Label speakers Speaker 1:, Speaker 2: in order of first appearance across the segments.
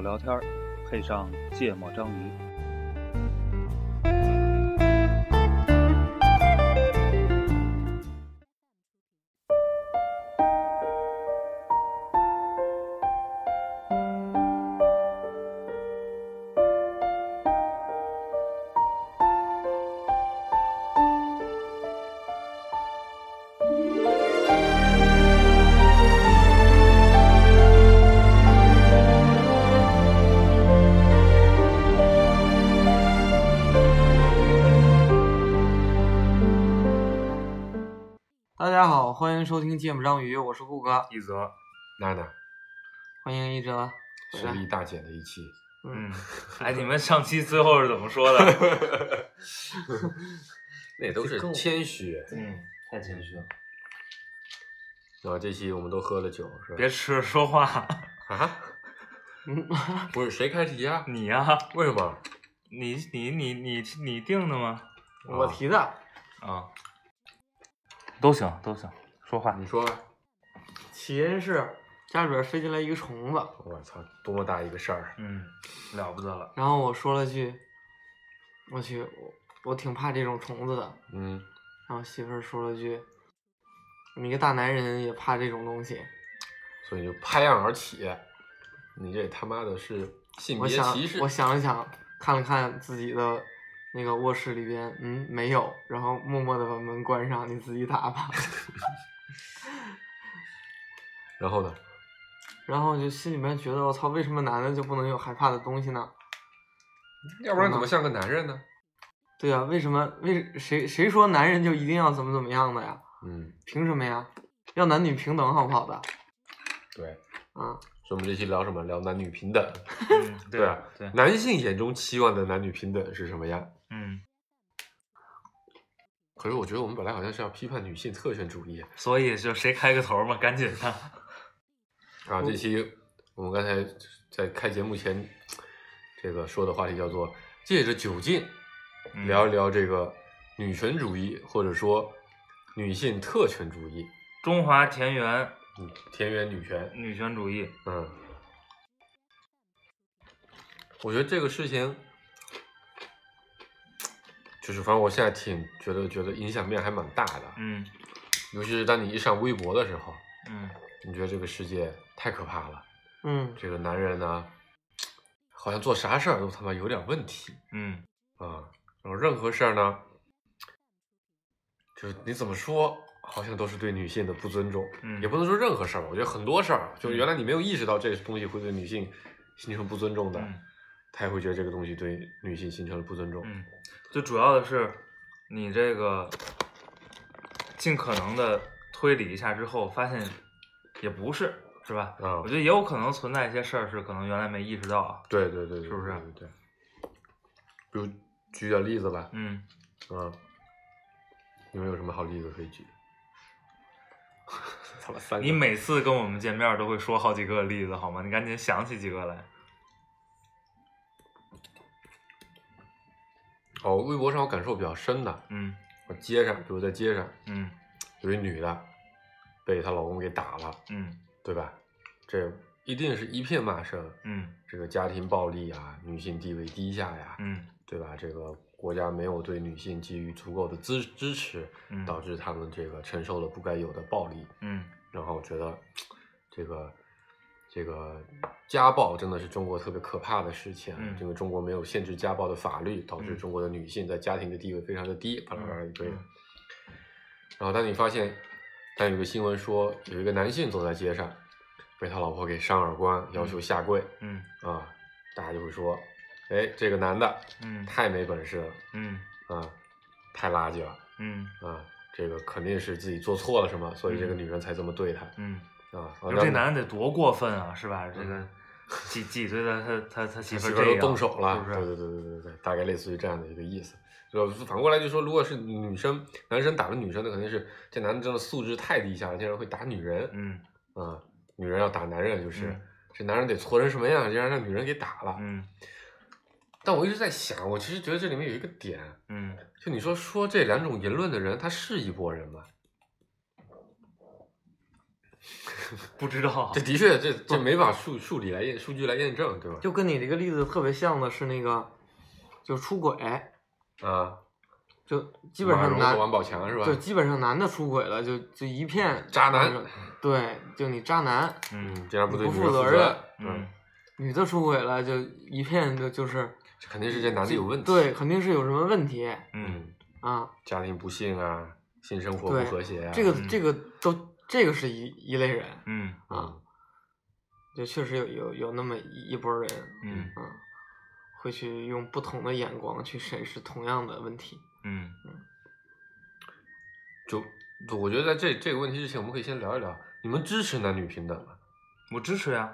Speaker 1: 聊天，配上芥末章鱼。
Speaker 2: 大家好，欢迎收听《芥末章鱼》，我是顾哥，
Speaker 3: 一泽娜娜
Speaker 2: 欢迎一哲回
Speaker 3: 实
Speaker 2: 来。
Speaker 3: 力大姐的一期，
Speaker 2: 嗯，
Speaker 4: 嗯， 哎，你们上期最后是怎么说的？
Speaker 3: 那都是谦虚。
Speaker 4: 嗯，太谦虚了，
Speaker 3: 然后这期我们都喝了酒，是吧？
Speaker 4: 别吃说话，
Speaker 3: 啊，
Speaker 2: 嗯，
Speaker 3: 不是谁开题啊？
Speaker 4: 你呀、
Speaker 3: 为什么？
Speaker 4: 你你你你你定的吗？
Speaker 2: 我提的，
Speaker 4: 啊，都行都行，说话
Speaker 3: 你说吧。
Speaker 2: 起因是家里边飞进来一个虫子，
Speaker 3: 我操，多么大一个事儿！
Speaker 4: 嗯，了不得了，
Speaker 2: 然后我说了句：“我去，我我挺怕这种虫子的。
Speaker 3: 嗯，”
Speaker 2: 然后媳妇儿说了句：“你一个大男人也怕这种东西
Speaker 3: 所以就拍案而起。你这他妈的是？”性
Speaker 2: 我
Speaker 3: 别
Speaker 2: 想
Speaker 3: 歧视，！
Speaker 2: 我想了想，看了看自己的那个卧室里边，嗯，没有，然后默默的把门关上，你自己打吧。
Speaker 3: 然后呢？
Speaker 2: 然后就心里面觉得，我操，为什么男的就不能有害怕的东西呢？
Speaker 3: 要不然怎么像个男人呢？
Speaker 2: 对呀、为什么为谁谁说男人就一定要怎么怎么样的呀？
Speaker 3: 嗯，
Speaker 2: 凭什么呀？要男女平等好不好的？
Speaker 3: 对。
Speaker 2: 嗯，
Speaker 3: 所以我们这期聊什么？聊男女平等。
Speaker 4: 嗯，
Speaker 3: 对啊
Speaker 4: 对，
Speaker 3: 男性眼中期望的男女平等是什么样？
Speaker 4: 嗯，
Speaker 3: 可是我觉得我们本来好像是要批判女性特权主义，
Speaker 4: 所以就谁开个头嘛，赶紧的，
Speaker 3: 啊，这期我们刚才在开节目前，这个说的话题叫做借着酒劲
Speaker 4: 嗯
Speaker 3: 聊一聊这个女权主义，或者说女性特权主义，
Speaker 4: 中华田园
Speaker 3: 嗯，田园女权，
Speaker 4: 女权主义，
Speaker 3: 嗯，我觉得这个事情，就是反正我现在挺觉得觉得影响面还蛮大的，
Speaker 4: 嗯
Speaker 3: 尤其是当你一上微博的时候，
Speaker 4: 嗯
Speaker 3: 你觉得这个世界太可怕了。
Speaker 2: 嗯，
Speaker 3: 这个男人呢、好像做啥事儿都他妈有点问题
Speaker 4: 嗯
Speaker 3: 啊。然后任何事儿呢，就是你怎么说，好像都是对女性的不尊重。
Speaker 4: 嗯
Speaker 3: 也不能说任何事儿吧，我觉得很多事儿，就是原来你没有意识到这东西会对女性形成不尊重的，
Speaker 4: 嗯
Speaker 3: 他也会觉得这个东西对女性形成了不尊重。
Speaker 4: 嗯，最主要的是你这个尽可能的推理一下之后，发现也不是，是吧？
Speaker 3: 啊
Speaker 4: 我觉得也有可能存在一些事儿是可能原来没意识到啊。
Speaker 3: 对对对对，
Speaker 4: 是不是
Speaker 3: 对对对。比如举点例子吧，
Speaker 4: 嗯，
Speaker 3: 啊，你们有什么好例子可以 举？他妈三个
Speaker 4: 你每次跟我们见面都会说好几个例子好吗？你赶紧想起几个来。
Speaker 3: 哦，微博上我感受比较深的，
Speaker 4: 嗯
Speaker 3: 我街上，比如在街上
Speaker 4: 嗯
Speaker 3: 有一女的被她老公给打了，
Speaker 4: 嗯
Speaker 3: 对吧？这一定是一片骂声，
Speaker 4: 嗯
Speaker 3: 这个家庭暴力啊，女性地位低下呀，
Speaker 4: 嗯
Speaker 3: 对吧？这个国家没有对女性给予足够的支支持，
Speaker 4: 嗯，
Speaker 3: 导致她们这个承受了不该有的暴力。
Speaker 4: 嗯
Speaker 3: 然后我觉得这个这个家暴真的是中国特别可怕的事情啊，
Speaker 4: 嗯
Speaker 3: 因为中国没有限制家暴的法律，导致
Speaker 4: 嗯
Speaker 3: 中国的女性在家庭的地位非常的低，巴拉巴拉一堆的
Speaker 4: 嗯。
Speaker 3: 然后当你发现，当有一个新闻说有一个男性走在街上，被他老婆给扇耳光，要求下跪、
Speaker 4: 嗯
Speaker 3: 啊，大家就会说，哎，这个男的
Speaker 4: 嗯
Speaker 3: 太没本事了
Speaker 4: 嗯
Speaker 3: 啊，太垃圾了
Speaker 4: 嗯
Speaker 3: 啊。这个肯定是自己做错了什么，所以这个
Speaker 4: 嗯
Speaker 3: 女人才这么对他。
Speaker 4: 嗯，
Speaker 3: 啊，
Speaker 4: 你说这男的得多过分啊，是吧？这个几几岁的他他他媳
Speaker 3: 嗯
Speaker 4: 妇
Speaker 3: 媳妇
Speaker 4: 儿
Speaker 3: 儿
Speaker 4: 这
Speaker 3: 都
Speaker 4: 样
Speaker 3: 动手了，
Speaker 4: 是不是？
Speaker 3: 对对对对对对，大概类似于这样的一个意思。就反过来就说，如果是女生，男生打了女生，那肯定是这男的真的素质太低下了，竟然会打女人
Speaker 4: 嗯
Speaker 3: 啊、女人要打男人，就是、
Speaker 4: 嗯
Speaker 3: 这男人得挫成什么样，竟然让女人给打了。
Speaker 4: 嗯
Speaker 3: 但我一直在想，我其实觉得这里面有一个点，
Speaker 4: 嗯，
Speaker 3: 就你说说这两种言论的人，他是一拨人吗？
Speaker 4: 不知 道啊
Speaker 3: 这，的确，这这没法数数理来验数据来验证，对吧？
Speaker 2: 就跟你这个例子特别像的是那个，就出轨，
Speaker 3: 啊，
Speaker 2: 就基本上
Speaker 3: 马蓉和
Speaker 2: 男
Speaker 3: 王宝强是吧？
Speaker 2: 就基本上男的出轨了，就就一片
Speaker 3: 渣男
Speaker 2: 那种，对，就你渣男，
Speaker 4: 嗯
Speaker 3: 嗯，这样不对
Speaker 2: 不
Speaker 3: 女
Speaker 2: 负
Speaker 3: 人
Speaker 2: 责
Speaker 3: 责
Speaker 2: 任
Speaker 4: 嗯，
Speaker 2: 女的出轨了，就一片的就是
Speaker 3: 这肯定是这男的有问题。
Speaker 2: 对，，肯定是有什么问题
Speaker 4: 嗯，
Speaker 3: 嗯，
Speaker 2: 啊。
Speaker 3: 家庭不幸啊，性生活
Speaker 2: 对
Speaker 3: 不和谐啊，
Speaker 2: 这个
Speaker 4: 嗯
Speaker 2: 这个都这个是一一类人
Speaker 4: 嗯，
Speaker 2: 啊
Speaker 3: 啊，，
Speaker 2: 就确实有有有那么一一波人，
Speaker 4: 嗯，
Speaker 2: 啊，会去用不同的眼光去审视同样的问题。
Speaker 4: 嗯，
Speaker 3: 就就我觉得在这这个问题之前，我们可以先聊一聊，你们支持男女平等吗？
Speaker 4: 我支持呀，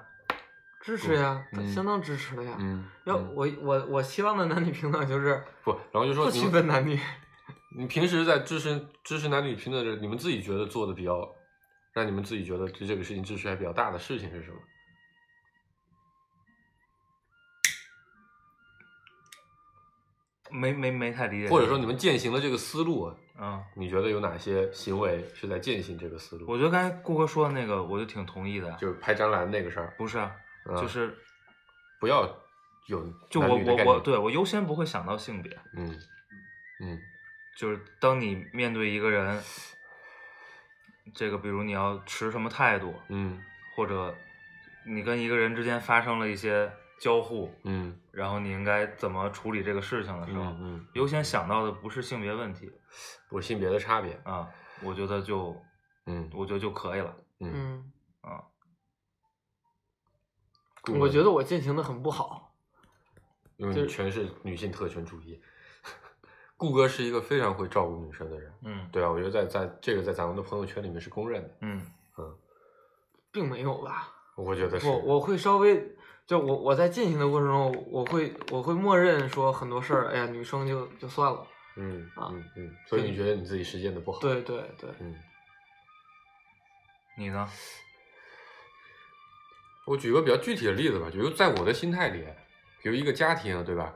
Speaker 2: 支持呀，
Speaker 3: 嗯
Speaker 2: 相当支持的呀。
Speaker 3: 嗯，
Speaker 2: 要
Speaker 3: 嗯
Speaker 2: 我我我希望的男女平等就是
Speaker 3: 不，然后就说
Speaker 2: 不
Speaker 3: 你
Speaker 2: 区
Speaker 3: 们
Speaker 2: 分男女。
Speaker 3: 你平时在支持支持男女平等这，你们自己觉得做的比较，让你们自己觉得对这个事情支持还比较大的事情是什么？
Speaker 4: 没没没太理解，
Speaker 3: 或者说你们践行了这个思路，啊
Speaker 4: 嗯，
Speaker 3: 你觉得有哪些行为是在践行这个思路？
Speaker 4: 我觉得刚才顾哥说的那个，我就挺同意的，
Speaker 3: 就是拍张兰那个事儿，
Speaker 4: 不是啊，
Speaker 3: 嗯
Speaker 4: 就是
Speaker 3: 不要有
Speaker 4: 就
Speaker 3: 男
Speaker 4: 我
Speaker 3: 女的
Speaker 4: 我
Speaker 3: 概
Speaker 4: 我
Speaker 3: 念，
Speaker 4: 对我优先不会想到性别，
Speaker 3: 嗯嗯
Speaker 4: 就是当你面对一个人，这个比如你要持什么态度，
Speaker 3: 嗯
Speaker 4: 或者你跟一个人之间发生了一些交互，
Speaker 3: 嗯
Speaker 4: 然后你应该怎么处理这个事情的时候，
Speaker 3: 嗯嗯，
Speaker 4: 优先想到的不是性别问题
Speaker 3: 不性别的差别，
Speaker 4: 啊，我觉得就
Speaker 3: 嗯
Speaker 4: 我觉得就可以了。
Speaker 3: 嗯，
Speaker 2: 嗯，
Speaker 3: 顾
Speaker 2: 我
Speaker 3: 问
Speaker 2: 觉得我践行的很不好。
Speaker 3: 因为
Speaker 2: 就
Speaker 3: 你全是女性特权主义， 顾哥是一个非常会照顾女生的人。
Speaker 4: 嗯
Speaker 3: 对啊，我觉得在在这个在咱们的朋友圈里面是公认的，
Speaker 4: 嗯
Speaker 2: 并没有吧，
Speaker 3: 我觉得是。
Speaker 2: 我我会稍微，就我我在践行的过程中，我会我会默认说很多事儿，哎呀，女生就就算了。
Speaker 3: 嗯
Speaker 2: 啊
Speaker 3: 嗯嗯，所以你觉得你自己实践的不好？，
Speaker 2: 对对对，
Speaker 3: 嗯，
Speaker 4: 你呢？
Speaker 3: 我举个比较具体的例子吧，就在我的心态里，比如一个家庭，啊对吧？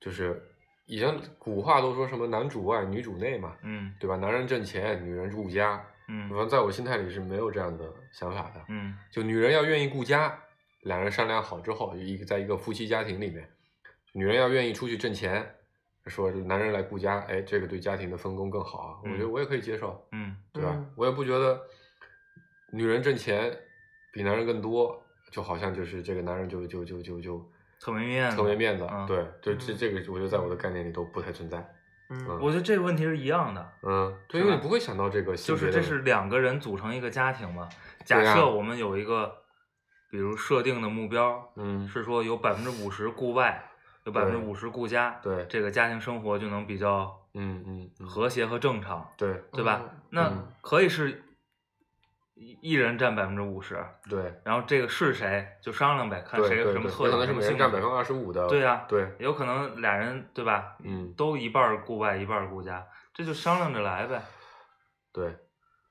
Speaker 3: 就是以前古话都说什么男主外女主内嘛，
Speaker 4: 嗯
Speaker 3: 对吧？男人挣钱，女人顾家。
Speaker 4: 嗯
Speaker 3: 反正在我心态里是没有这样的想法的，
Speaker 4: 嗯
Speaker 3: 就女人要愿意顾家，两人商量好之后，一个在一个夫妻家庭里面，女人要愿意出去挣钱，说男人来顾家，哎，这个对家庭的分工更好啊，我觉得
Speaker 4: 嗯
Speaker 3: 我也可以接受。
Speaker 4: 嗯
Speaker 3: 对吧？
Speaker 2: 嗯
Speaker 3: 我也不觉得女人挣钱比男人更多，就好像就是这个男人就就就就就
Speaker 4: 特没面子
Speaker 3: 特没面子。
Speaker 4: 嗯
Speaker 3: 对，就这
Speaker 2: 嗯
Speaker 3: 这个，我觉得在我的概念里都不太存在。
Speaker 2: 嗯
Speaker 3: 嗯
Speaker 4: 我觉得这个问题是一样的，
Speaker 3: 嗯，对，
Speaker 4: 是
Speaker 3: 因
Speaker 4: 吧
Speaker 3: 为你不会想到这个性
Speaker 4: 就
Speaker 3: 别
Speaker 4: 是
Speaker 3: 的，
Speaker 4: 这是两个人组成一个家庭嘛。假
Speaker 3: 对啊呀
Speaker 4: 设我们有一个，比如设定的目标
Speaker 3: 嗯，
Speaker 4: 是说有百分之五十顾外，有百
Speaker 3: 对
Speaker 4: 分之五十顾家，
Speaker 3: 对
Speaker 4: 这个家庭生活就能比较
Speaker 3: 嗯嗯嗯
Speaker 4: 和谐和正常，
Speaker 3: 对
Speaker 4: 对吧
Speaker 2: 嗯？
Speaker 4: 那
Speaker 3: 嗯
Speaker 4: 可以是一一人占百分之五十，
Speaker 3: 对
Speaker 4: 然后这个是谁就商量呗，看
Speaker 3: 对
Speaker 4: 谁
Speaker 3: 对
Speaker 4: 有
Speaker 3: 对，
Speaker 4: 什么特
Speaker 3: 有可
Speaker 4: 点，
Speaker 3: 能是
Speaker 4: 什么
Speaker 3: 每人
Speaker 4: 性
Speaker 3: 占
Speaker 4: 格
Speaker 3: 百分之二十五的，
Speaker 4: 对啊呀
Speaker 3: 对，
Speaker 4: 有可能俩人对吧？
Speaker 3: 嗯
Speaker 4: 都一半儿顾外，一半儿顾家，这就商量着来呗。
Speaker 3: 对，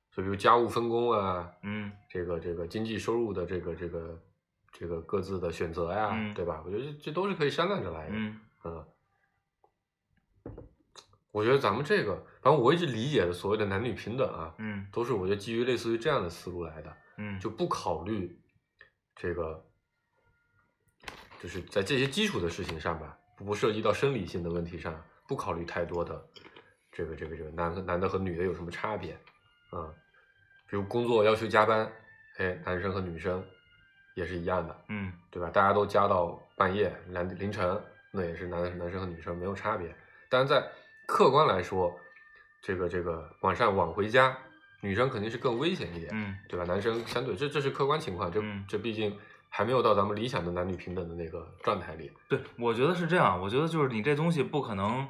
Speaker 3: 就比如家务分工啊，
Speaker 4: 嗯
Speaker 3: 这个这个经济收入的这个这个这个各自的选择呀，
Speaker 4: 嗯
Speaker 3: 对吧？我觉得这这都是可以商量着来的。
Speaker 4: 嗯
Speaker 3: 嗯，我觉得咱们这个，反正我一直理解的所谓的男女平等啊，
Speaker 4: 嗯
Speaker 3: 都是我觉得基于类似于这样的思路来的，
Speaker 4: 嗯，
Speaker 3: 就不考虑这个，就是在这些基础的事情上吧，不涉及到生理性的问题上，不考虑太多的这个这个这个男和男的和女的有什么差别啊、嗯比如工作要求加班，哎，男生和女生也是一样的，
Speaker 4: 嗯
Speaker 3: 对吧？大家都加到半夜、凌凌晨，那也是男男生和女生没有差别。但是在客观来说，这个这个晚上晚回家，女生肯定是更危险一点，
Speaker 4: 嗯
Speaker 3: 对吧？男生相对这这是客观情况，这、
Speaker 4: 嗯
Speaker 3: 这毕竟还没有到咱们理想的男女平等的那个状态里。
Speaker 4: 对，我觉得是这样。我觉得就是你这东西不可能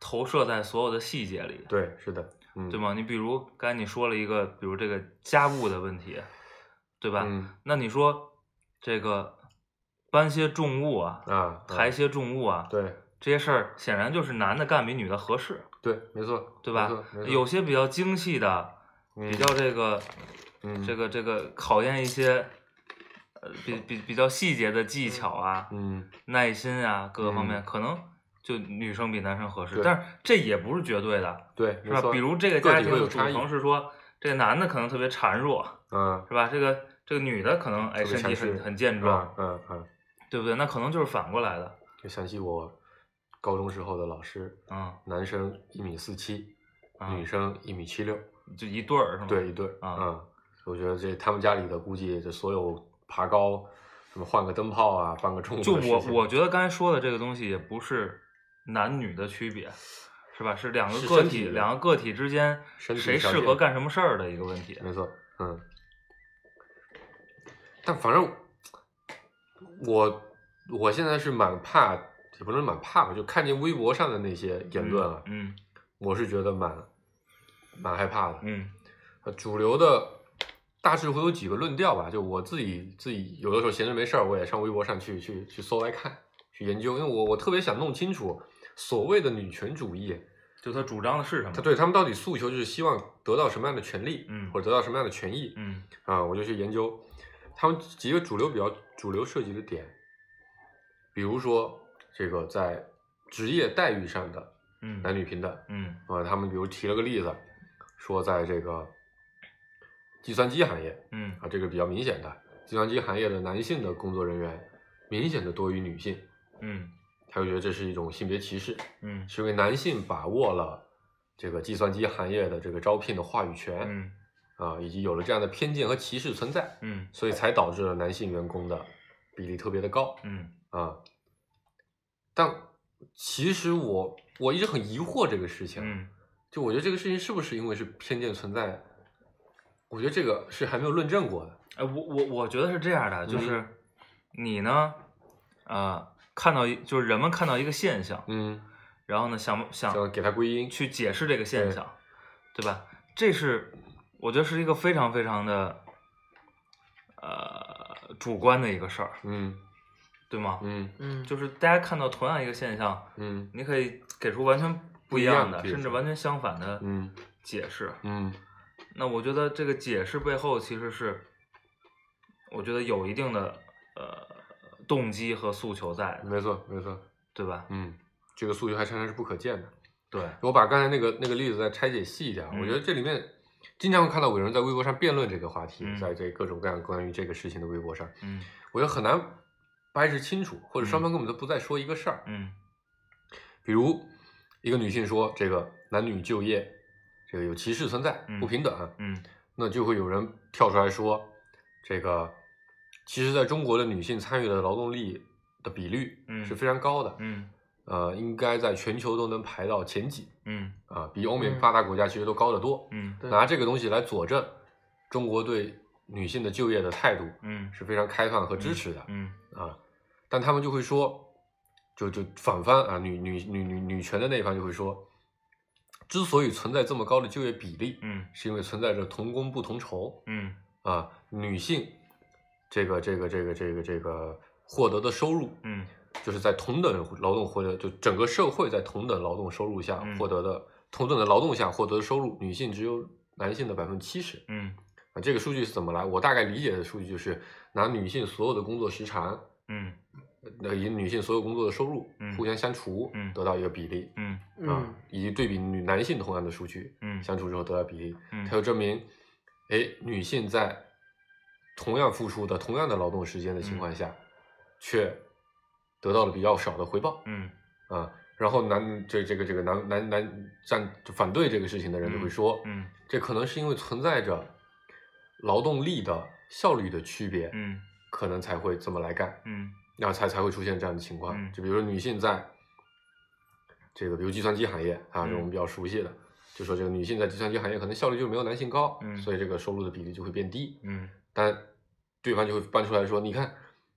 Speaker 4: 投射在所有的细节里，
Speaker 3: 对，是的，嗯，
Speaker 4: 对？吗？你比如刚才你说了一个，比如这个家务的问题，对吧？
Speaker 3: 嗯
Speaker 4: 那你说这个搬些重物啊，
Speaker 3: 啊，
Speaker 4: 抬
Speaker 3: 啊
Speaker 4: 些重物啊，
Speaker 3: 对
Speaker 4: 这些事儿显然就是男的干比女的合适，
Speaker 3: 对，没错，
Speaker 4: 对吧
Speaker 3: 没错没？错
Speaker 4: 有些比较精细的，
Speaker 3: 嗯
Speaker 4: 比较这个
Speaker 3: 嗯
Speaker 4: 这个这个考验一些，呃，比比比较细节的技巧啊、
Speaker 3: 嗯
Speaker 4: 耐心啊各个方面，
Speaker 3: 嗯
Speaker 4: 可能就女生比男生合适，
Speaker 3: 对
Speaker 4: 但是这也不是绝对的，
Speaker 3: 对，
Speaker 4: 是
Speaker 3: 没
Speaker 4: 吧？
Speaker 3: 错，
Speaker 4: 比如这个
Speaker 3: 个
Speaker 4: 家
Speaker 3: 体
Speaker 4: 庭
Speaker 3: 会
Speaker 4: 的
Speaker 3: 有
Speaker 4: 组
Speaker 3: 差异
Speaker 4: 成是说，这个男的可能特别孱弱，
Speaker 3: 嗯
Speaker 4: 是吧？这个这个女的可能哎
Speaker 3: 特别
Speaker 4: 身体
Speaker 3: 强
Speaker 4: 很
Speaker 3: 势
Speaker 4: 很健壮，
Speaker 3: 嗯嗯嗯，
Speaker 4: 对不对？那可能就是反过来的，
Speaker 3: 就想起我高中时候的老师，
Speaker 4: 嗯，
Speaker 3: 男生一米四七，
Speaker 4: 啊
Speaker 3: 女生一米七六，
Speaker 4: 就一对儿是吗？
Speaker 3: 对一对儿，
Speaker 4: 啊
Speaker 3: 嗯，我觉得这他们家里的估计这所有爬高，什么换个灯泡啊，搬个重物的
Speaker 4: 就
Speaker 3: 事
Speaker 4: 我
Speaker 3: 情
Speaker 4: 我觉得刚才说的这个东西也不是男女的区别，是吧？是两个
Speaker 3: 是
Speaker 4: 个
Speaker 3: 身体
Speaker 4: 体
Speaker 3: 的
Speaker 4: 两个个体之间
Speaker 3: 身体
Speaker 4: 谁
Speaker 3: 上
Speaker 4: 适合
Speaker 3: 见
Speaker 4: 干什么事儿的一个问题。
Speaker 3: 没错，嗯。但反正我我现在是蛮怕，也不能蛮怕吧，就看见微博上的那些言论啊，
Speaker 4: 嗯
Speaker 3: 我是觉得蛮蛮害怕的。
Speaker 4: 嗯
Speaker 3: 呃主流的大致会有几个论调吧，就我自己自己有的时候闲着没事儿，我也上微博上去去去搜来看，去研究，因为我我特别想弄清楚所谓的女权主义，
Speaker 4: 就他主张的是什么？
Speaker 3: 他对他们到底诉求就是希望得到什么样的权利，
Speaker 4: 嗯
Speaker 3: 或者得到什么样的权益，
Speaker 4: 嗯
Speaker 3: 啊，我就去研究他们几个主流比较主流涉及的点，比如说这个在职业待遇上的
Speaker 4: 嗯
Speaker 3: 男女平等
Speaker 4: 嗯
Speaker 3: 啊，他们比如提了个例子，说在这个计算机行业
Speaker 4: 嗯
Speaker 3: 啊，这个比较明显的，计算机行业的男性的工作人员明显的多于女性，
Speaker 4: 嗯
Speaker 3: 他就觉得这是一种性别歧视，
Speaker 4: 嗯
Speaker 3: 是因为男性把握了这个计算机行业的这个招聘的话语权，
Speaker 4: 嗯
Speaker 3: 啊，以及有了这样的偏见和歧视存在。
Speaker 4: 嗯
Speaker 3: 所以才导致了男性员工的比例特别的高
Speaker 4: 嗯
Speaker 3: 啊。但其实我我一直很疑惑这个事情，
Speaker 4: 嗯
Speaker 3: 就我觉得这个事情是不是因为是偏见存在，我觉得这个是还没有论证过的。
Speaker 4: 哎，我我我觉得是这样的，
Speaker 3: 嗯
Speaker 4: 就是你呢，呃，看到一就是人们看到一个现象，
Speaker 3: 嗯，
Speaker 4: 然后呢想想
Speaker 3: 想给它归因，
Speaker 4: 去解释这个现
Speaker 3: 对
Speaker 4: 象，对吧？这是我觉得是一个非常非常的呃主观的一个事儿，
Speaker 3: 嗯
Speaker 4: 对吗？
Speaker 3: 嗯
Speaker 2: 嗯，
Speaker 4: 就是大家看到同样一个现象，
Speaker 3: 嗯
Speaker 4: 你可以给出完全不
Speaker 3: 不一
Speaker 4: 一
Speaker 3: 样
Speaker 4: 样
Speaker 3: 的
Speaker 4: 的，
Speaker 3: 解
Speaker 4: 甚至
Speaker 3: 释
Speaker 4: 完全相反的
Speaker 3: 嗯
Speaker 4: 解释。
Speaker 3: 嗯
Speaker 4: 那我觉得这个解释背后其实是，我觉得有一定的呃动机和诉求在的，
Speaker 3: 没错没错，
Speaker 4: 对吧？
Speaker 3: 嗯，这个数据还常常是不可见的。
Speaker 4: 对，
Speaker 3: 我把刚才那个那个例子再拆解细一点，我觉得这里面经常会看到有人在微博上辩论这个话题，
Speaker 4: 嗯
Speaker 3: 在这各种各样关于这个事情的微博上，
Speaker 4: 嗯
Speaker 3: 我觉得很难掰扯清楚，或者双方根本都不再说一个事儿。
Speaker 4: 嗯
Speaker 3: 比如一个女性说这个男女就业这个有歧视存在，
Speaker 4: 嗯
Speaker 3: 不平等，啊
Speaker 4: 嗯
Speaker 3: 那就会有人跳出来说这个其实在中国的女性参与的劳动力的比率
Speaker 4: 嗯
Speaker 3: 是非常高的，
Speaker 4: 嗯
Speaker 3: 呃，应该在全球都能排到前几。
Speaker 4: 嗯
Speaker 3: 啊，比欧美
Speaker 2: 嗯
Speaker 3: 发达国家其实都高得多。
Speaker 4: 嗯
Speaker 2: 对
Speaker 3: 拿这个东西来佐证中国对女性的就业的态度
Speaker 4: 嗯
Speaker 3: 是非常开放和支持的、
Speaker 4: 嗯
Speaker 3: 啊，但他们就会说，就就反翻啊，女女女女女权的那一方就会说，之所以存在这么高的就业比例，
Speaker 4: 嗯
Speaker 3: 是因为存在着同工不同酬
Speaker 4: 嗯
Speaker 3: 啊，女性这个这个这个这个这个获得的收入，
Speaker 4: 嗯
Speaker 3: 就是在同等劳动获得，就整个社会在同等劳动收入下
Speaker 4: 嗯
Speaker 3: 获得的、同等的劳动下获得的收入，女性只有男性的百分之七十
Speaker 4: 嗯
Speaker 3: 啊。这个数据是怎么来？我大概理解的数据就是拿女性所有的工作时长，
Speaker 4: 嗯
Speaker 3: 呃，以女性所有工作的收入
Speaker 4: 嗯
Speaker 3: 互相相除，
Speaker 4: 嗯
Speaker 3: 得到一个比例、
Speaker 4: 嗯
Speaker 3: 啊
Speaker 2: 嗯，
Speaker 3: 以及对比女男性同样的数据
Speaker 4: 嗯
Speaker 3: 相除之后得到比例，它
Speaker 4: 嗯
Speaker 3: 就证明，哎，女性在同样付出的同样的劳动时间的情
Speaker 4: 嗯
Speaker 3: 况下，却得到了比较少的回报。
Speaker 4: 嗯
Speaker 3: 啊，然后男这这个这个男男男站反对这个事情的人就会说，
Speaker 4: 嗯
Speaker 3: 这可能是因为存在着劳动力的效率的区别，
Speaker 4: 嗯
Speaker 3: 可能才会这么来干，
Speaker 4: 嗯
Speaker 3: 那才才会出现这样的情况。
Speaker 4: 嗯
Speaker 3: 就比如说女性在这个，比如计算机行业啊，
Speaker 4: 嗯
Speaker 3: 是我们比较熟悉的，就说这个女性在计算机行业可能效率就没有男性高，
Speaker 4: 嗯
Speaker 3: 所以这个收入的比例就会变低。
Speaker 4: 嗯
Speaker 3: 但对方就会搬出来说，你看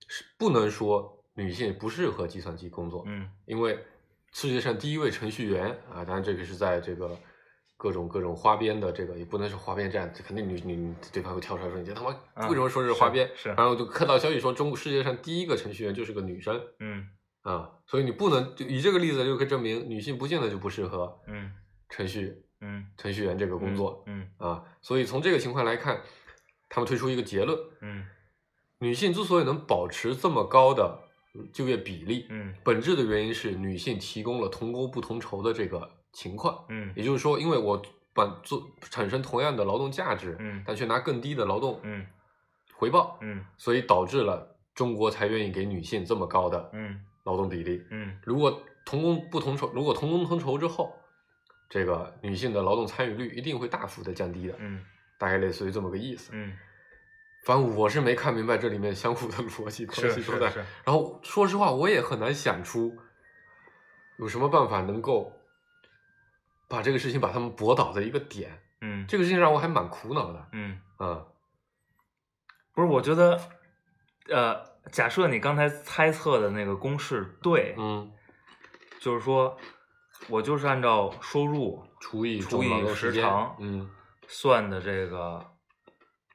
Speaker 3: 是不能说女性不适合计算机工作，
Speaker 4: 嗯
Speaker 3: 因为世界上第一位程序员啊，当然这个是在这个各种各种花边的这个，也不能是花边站，这肯定女女对方会跳出来说，你这他妈
Speaker 4: 嗯
Speaker 3: 为什么说是花边？
Speaker 4: 是是
Speaker 3: 然后就看到消息说，中国世界上第一个程序员就是个女生
Speaker 4: 嗯
Speaker 3: 啊，所以你不能就以这个例子就可以证明女性不见得就不适合
Speaker 4: 嗯
Speaker 3: 程序
Speaker 4: 嗯
Speaker 3: 程序员这个工作、
Speaker 4: 嗯
Speaker 3: 啊，所以从这个情况来看，他们推出一个结论，
Speaker 4: 嗯
Speaker 3: 女性之所以能保持这么高的就业比例，
Speaker 4: 嗯
Speaker 3: 本质的原因是女性提供了同工不同酬的这个情况，
Speaker 4: 嗯
Speaker 3: 也就是说，因为我把做产生同样的劳动价值，
Speaker 4: 嗯
Speaker 3: 但却拿更低的劳动
Speaker 4: 嗯
Speaker 3: 回报，
Speaker 4: 嗯
Speaker 3: 所以导致了中国才愿意给女性这么高的
Speaker 4: 嗯
Speaker 3: 劳动比例。
Speaker 4: 嗯
Speaker 3: 如果同工不同酬，如果同工同酬之后，这个女性的劳动参与率一定会大幅的降低的，
Speaker 4: 嗯
Speaker 3: 大概类似于这么个意思。
Speaker 4: 嗯，
Speaker 3: 反正我是没看明白这里面相互的 逻辑关
Speaker 4: 是
Speaker 3: 系
Speaker 4: 是
Speaker 3: 所在。
Speaker 4: 是，
Speaker 3: 然后说实话，我也很难想出有什么办法能够把这个事情把他们驳倒的一个点。
Speaker 4: 嗯
Speaker 3: 这个事情让我还蛮苦恼的。
Speaker 4: 嗯。
Speaker 3: 嗯
Speaker 4: 不是，我觉得，呃，假设你刚才猜测的那个公式对，
Speaker 3: 嗯，
Speaker 4: 就是说，我就是按照收入
Speaker 3: 除以
Speaker 4: 除
Speaker 3: 总劳
Speaker 4: 以
Speaker 3: 动时
Speaker 4: 时
Speaker 3: 间
Speaker 4: 长，
Speaker 3: 嗯
Speaker 4: 算的这个，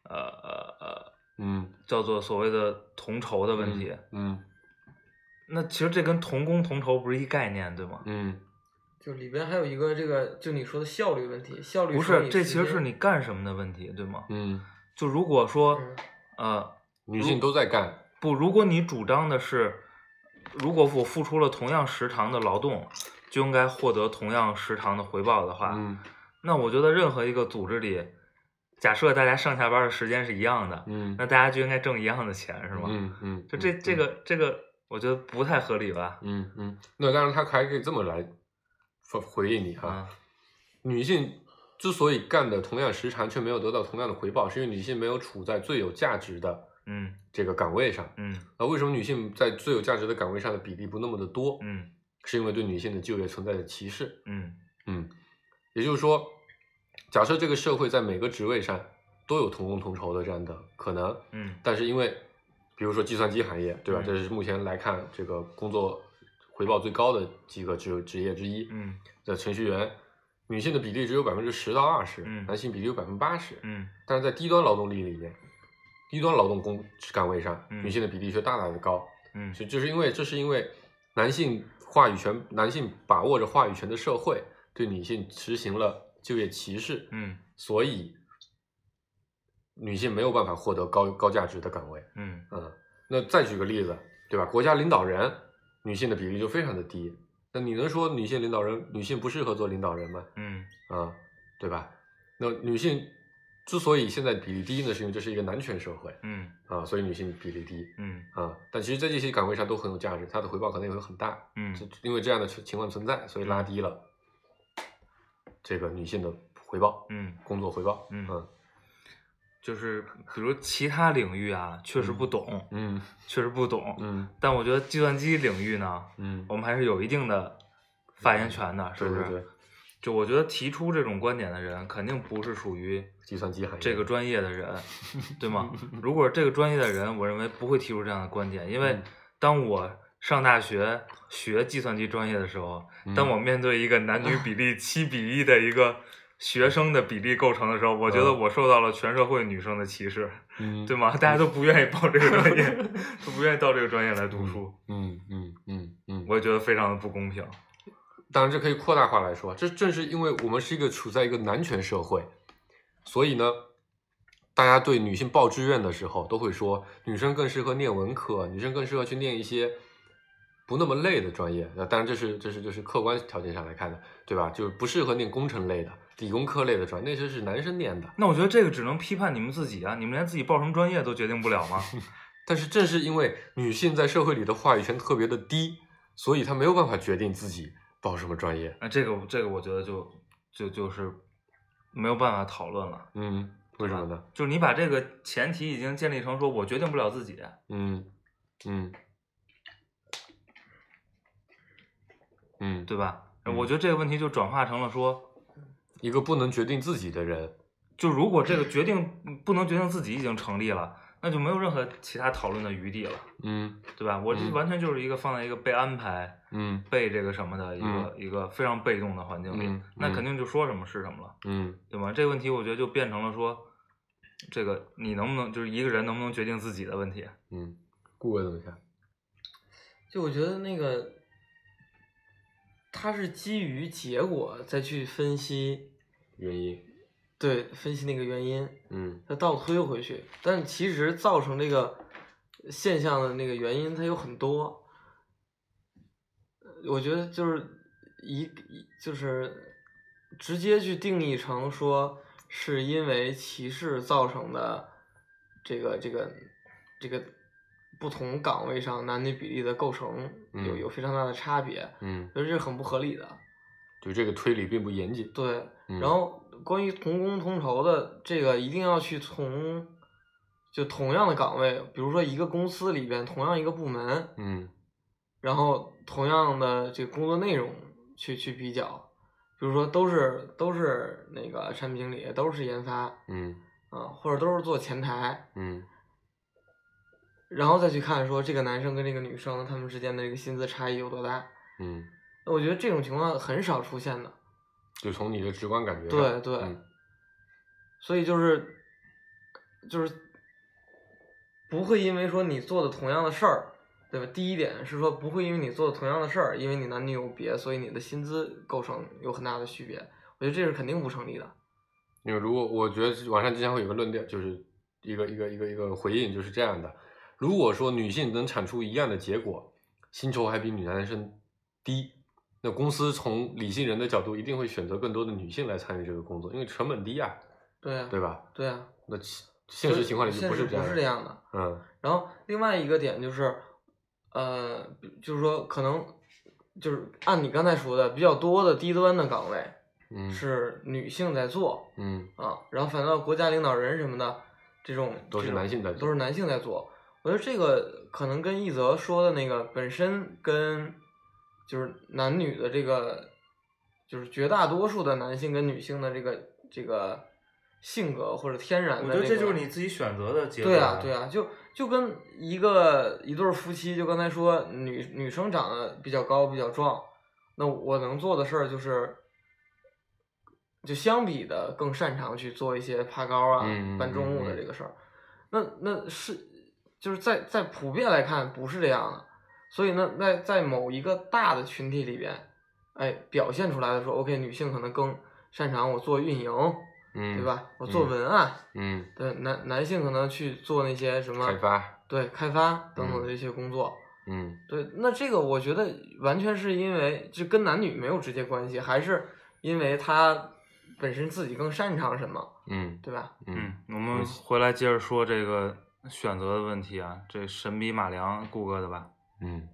Speaker 4: 呃呃呃，
Speaker 3: 嗯
Speaker 4: 叫做所谓的同酬的问题。
Speaker 3: 嗯
Speaker 4: 那其实这跟同工同酬不是一概念，对吗？
Speaker 3: 嗯
Speaker 2: 就里边还有一个这个，就你说的效率问题，效率
Speaker 4: 不
Speaker 2: 乘
Speaker 4: 是，
Speaker 2: 以
Speaker 4: 这
Speaker 2: 时
Speaker 4: 其实
Speaker 2: 间
Speaker 4: 是你干什么的问题，对吗？
Speaker 3: 嗯，
Speaker 4: 就如果说，
Speaker 2: 嗯
Speaker 4: 呃，
Speaker 3: 女性都在干，
Speaker 4: 不，如果你主张的是，如果我付出了同样时长的劳动，就应该获得同样时长的回报的话，
Speaker 3: 嗯
Speaker 4: 那我觉得任何一个组织里，假设大家上下班的时间是一样的，
Speaker 3: 嗯，
Speaker 4: 那大家就应该挣一样的钱，是吗？
Speaker 3: 嗯嗯，
Speaker 4: 就这
Speaker 3: 嗯
Speaker 4: 这，个这个，我觉得不太合理吧？
Speaker 3: 嗯嗯嗯，那当然他还可以这么来回回应你啊，
Speaker 4: 啊，
Speaker 3: 女性。之所以干的同样时长却没有得到同样的回报，是因为女性没有处在最有价值的
Speaker 4: 嗯
Speaker 3: 这个岗位上。
Speaker 4: 嗯
Speaker 3: 那为什么女性在最有价值的岗位上的比例不那么的多？
Speaker 4: 嗯
Speaker 3: 是因为对女性的就业存在着歧视。
Speaker 4: 嗯
Speaker 3: 嗯，也就是说，假设这个社会在每个职位上都有同工同酬的这样的可能，
Speaker 4: 嗯
Speaker 3: 但是因为，比如说计算机行业，对吧？
Speaker 4: 嗯
Speaker 3: 这是目前来看这个工作回报最高的几个职职业之一
Speaker 4: 嗯
Speaker 3: 的程序员，女性的比例只有百分之十到二十，
Speaker 4: 嗯
Speaker 3: 男性比例有百分之八十。
Speaker 4: 嗯
Speaker 3: 但是在低端劳动力里面，低端劳动工岗位上，
Speaker 4: 嗯
Speaker 3: 女性的比例却大大的高。
Speaker 4: 嗯
Speaker 3: 就就是因为这是因为男性话语权，男性把握着话语权的社会对女性实行了就业歧视，
Speaker 4: 嗯
Speaker 3: 所以女性没有办法获得高高价值的岗位。
Speaker 4: 嗯
Speaker 3: 嗯，那再举个例子，对吧？国家领导人女性的比例就非常的低，那你能说女性领导人女性不适合做领导人吗？
Speaker 4: 嗯
Speaker 3: 啊、对吧？那女性之所以现在比例低呢，是因为这是一个男权社会
Speaker 4: 嗯
Speaker 3: 啊、所以女性比例低。
Speaker 4: 嗯
Speaker 3: 啊，但其实，在这些岗位上都很有价值，它的回报可能也会很大。
Speaker 4: 嗯
Speaker 3: 就因为这样的情情况存在，所以拉低了这个女性的回报，
Speaker 4: 嗯，
Speaker 3: 工作回报。
Speaker 4: 嗯
Speaker 3: 嗯
Speaker 4: 就是比如其他领域啊，确实不懂，
Speaker 3: 嗯
Speaker 4: 确实不懂，
Speaker 3: 嗯
Speaker 4: 但我觉得计算机领域呢，
Speaker 3: 嗯，
Speaker 4: 我们还是有一定的发言权的，是
Speaker 3: 对
Speaker 4: 不是？
Speaker 3: 对对，
Speaker 4: 就我觉得提出这种观点的人，肯定不是属于
Speaker 3: 计算机行业
Speaker 4: 这个专业的人，对吗？如果这个专业的人，我认为不会提出这样的观点，因为
Speaker 3: 嗯
Speaker 4: 当我上大学学计算机专业的时候，当
Speaker 3: 嗯
Speaker 4: 我面对一个男女比例七比一的一个学生的比例构成的时候，我觉得
Speaker 3: 嗯
Speaker 4: 我受到了全社会女生的歧视，
Speaker 3: 嗯
Speaker 4: 对吗？大家都不愿意报这个专业，都不愿意到这个专业来读书，
Speaker 3: 嗯嗯嗯嗯。
Speaker 4: 我也觉得非常的不公平。
Speaker 3: 当然，这可以扩大化来说，啊这正是因为我们是一个处在一个男权社会，所以呢，大家对女性报志愿的时候都会说，女生更适合念文科，女生更适合去念一些不那么累的专业。那当然，这是这是这是客观条件上来看的，对吧？就是不适合念工程类的、理工科类的专业，那些是男生念的。
Speaker 4: 那我觉得这个只能批判你们自己啊！你们连自己报什么专业都决定不了 吗？
Speaker 3: 但是正是因为女性在社会里的话语权特别的低，所以她没有办法决定自己报什么专业。
Speaker 4: 啊，这个这个我觉得就就就是没有办法讨论了。
Speaker 3: 嗯，为什么呢？
Speaker 4: 就是你把这个前提已经建立成说我决定不了自己，
Speaker 3: 嗯，嗯，嗯，
Speaker 4: 对吧？
Speaker 3: 嗯
Speaker 4: 我觉得这个问题就转化成了说，
Speaker 3: 一个不能决定自己的人，
Speaker 4: 就如果这个决定不能决定自己已经成立了，那就没有任何其他讨论的余地了，
Speaker 3: 嗯
Speaker 4: 对吧？我这
Speaker 3: 嗯
Speaker 4: 完全就是一个放在一个被安排、
Speaker 3: 嗯
Speaker 4: 被这个什么的一个、一个非常被动的环境里，
Speaker 3: 嗯
Speaker 4: 那
Speaker 3: 嗯
Speaker 4: 肯定就说什么是什么了。
Speaker 3: 嗯
Speaker 4: 对吗？这个问题我觉得就变成了说，这个你能不能就是一个人能不能决定自己的问题？
Speaker 3: 嗯，顾问怎么想？
Speaker 2: 就我觉得那个，它是基于结果再去分析，
Speaker 3: 原因，
Speaker 2: 对，分析那个原因，
Speaker 3: 嗯
Speaker 2: 它倒推回去。但其实造成这个现象的那个原因，它有很多。我觉得就是一一就是直接去定义成说是因为歧视造成的这个这个这个不同岗位上男女比例的构成有
Speaker 3: 嗯
Speaker 2: 有非常大的差别，
Speaker 3: 嗯，
Speaker 2: 所以这是很不合理的。
Speaker 3: 就这个推理并不严谨。
Speaker 2: 对，
Speaker 3: 嗯、
Speaker 2: 然后关于同工同酬的这个，一定要去从就同样的岗位，比如说一个公司里边同样一个部门，
Speaker 3: 嗯
Speaker 2: 然后同样的这个工作内容去去比较，比如说都是都是那个产品经理，都是研发啊、
Speaker 3: 嗯
Speaker 2: 或者都是做前台，
Speaker 3: 嗯
Speaker 2: 然后再去看说这个男生跟这个女生他们之间的这个薪资差异有多大。
Speaker 3: 嗯，
Speaker 2: 我觉得这种情况很少出现的，
Speaker 3: 就从你的直观感觉
Speaker 2: 对
Speaker 3: 上。
Speaker 2: 对，
Speaker 3: 嗯
Speaker 2: 所以就是就是不会因为说你做的同样的事儿，对吧？第一点是说不会因为你做的同样的事儿，因为你男女有别，所以你的薪资构成有很大的区别。我觉得这是肯定不成立的。
Speaker 3: 因为如果我觉得网上经常会有个论调，就是一个一个一个一个回应，就是这样的：如果说女性能产出一样的结果，薪酬还比女男生低，那公司从理性人的角度一定会选择更多的女性来参与这个工作，因为成本低啊，
Speaker 2: 对啊，
Speaker 3: 对吧？
Speaker 2: 对啊，
Speaker 3: 那其现实情况里就
Speaker 2: 现
Speaker 3: 不
Speaker 2: 实
Speaker 3: 是这样
Speaker 2: 不
Speaker 3: 的，
Speaker 2: 是这样的。
Speaker 3: 嗯
Speaker 2: 然后另外一个点就是，呃，就是说可能就是按你刚才说的比较多的低端的岗位
Speaker 3: 嗯
Speaker 2: 是女性在做，
Speaker 3: 嗯
Speaker 2: 啊，然后反倒国家领导人什么的，这种
Speaker 3: 都是
Speaker 2: 这种
Speaker 3: 男性在做
Speaker 2: 都是男性在做。我觉得这个可能跟一泽说的那个本身跟就是男女的这个，就是绝大多数的男性跟女性的这个这个性格或者天然
Speaker 4: 我
Speaker 2: 的、
Speaker 4: 觉
Speaker 2: 那个，
Speaker 4: 得这就是你自己选择的结果。
Speaker 2: 对啊对啊，就就跟一个一对儿夫妻，就刚才说女女生长得比较高比较壮，那我能做的事儿就是，就相比的更擅长去做一些爬高啊、
Speaker 3: 嗯嗯
Speaker 2: 搬重物的
Speaker 3: 嗯嗯
Speaker 2: 这个事儿。那那是就是在在普遍来看不是这样的，所以呢，在在某一个大的群体里边，哎，表现出来的说，OK，女性可能更擅长我做运营，
Speaker 3: 嗯，
Speaker 2: 对？吧？我做
Speaker 3: 嗯
Speaker 2: 文案。
Speaker 3: 嗯，
Speaker 2: 对，男男性可能去做那些什么
Speaker 3: 开发，
Speaker 2: 对开发等等
Speaker 3: 嗯
Speaker 2: 的这些工作。
Speaker 3: 嗯
Speaker 2: 对，那这个我觉得完全是因为这跟男女没有直接关系，还是因为他本身自己更擅长什么，
Speaker 3: 嗯
Speaker 2: 对吧？
Speaker 4: 嗯
Speaker 3: 嗯，，
Speaker 4: 我们回来接着说这个选择的问题啊，这神笔马良谷歌的吧？
Speaker 3: 嗯，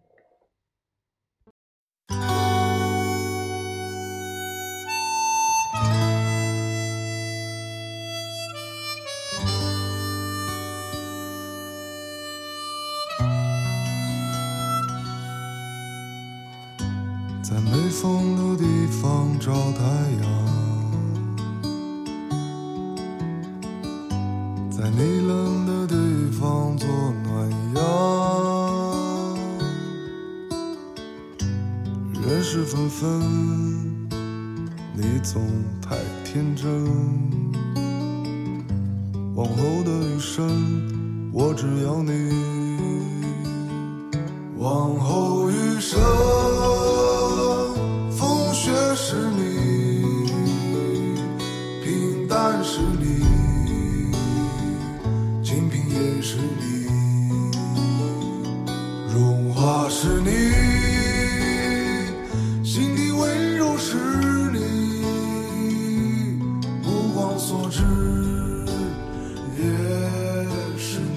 Speaker 5: 在没风的地方找太阳，在你冷的地方做暖阳。人事纷纷，你总太天真。往后的余生，我只要你。往后余生，风雪是你，平淡是你，清贫也是你，融化是你，心底温柔是你，目光所至也是你。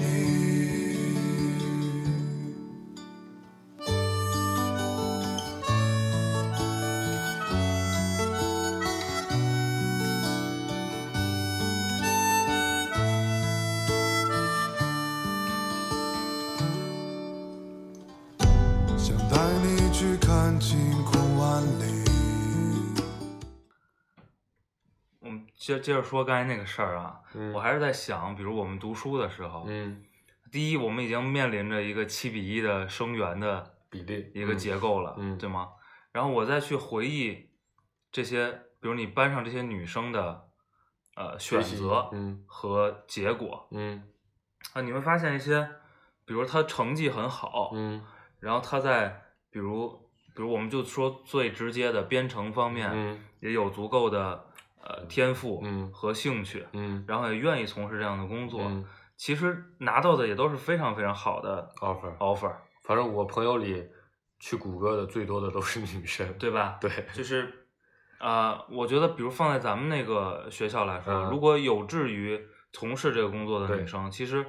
Speaker 5: 想带你去看晴空万里。
Speaker 4: 我们接接着说刚才那个事儿啊，
Speaker 3: 嗯
Speaker 4: 我还是在想，比如我们读书的时候，
Speaker 3: 嗯
Speaker 4: 第一，我们已经面临着一个七比一的生源的
Speaker 3: 比例
Speaker 4: 一个结构了，
Speaker 3: 嗯嗯
Speaker 4: 对吗？然后我再去回忆这些，比如你班上这些女生的呃选
Speaker 3: 习
Speaker 4: 择
Speaker 3: 嗯
Speaker 4: 和结果
Speaker 3: 嗯
Speaker 4: 啊，你会发现一些，比如她成绩很好，
Speaker 3: 嗯
Speaker 4: 然后她在比如比如我们就说最直接的编程方面，
Speaker 3: 嗯
Speaker 4: 也有足够的呃天赋
Speaker 3: 嗯
Speaker 4: 和兴趣，
Speaker 3: 嗯
Speaker 4: 然后也愿意从事这样的工作，
Speaker 3: 嗯
Speaker 4: 其实拿到的也都是非常非常好的
Speaker 3: ，offer
Speaker 4: offer，
Speaker 3: 反正我朋友里去谷歌的最多的都是女生。
Speaker 4: 对吧？
Speaker 3: 对，
Speaker 4: 就是，呃，我觉得比如放在咱们那个学校来说，
Speaker 3: 嗯
Speaker 4: 如果有志于从事这个工作的
Speaker 3: 对
Speaker 4: 女生，其实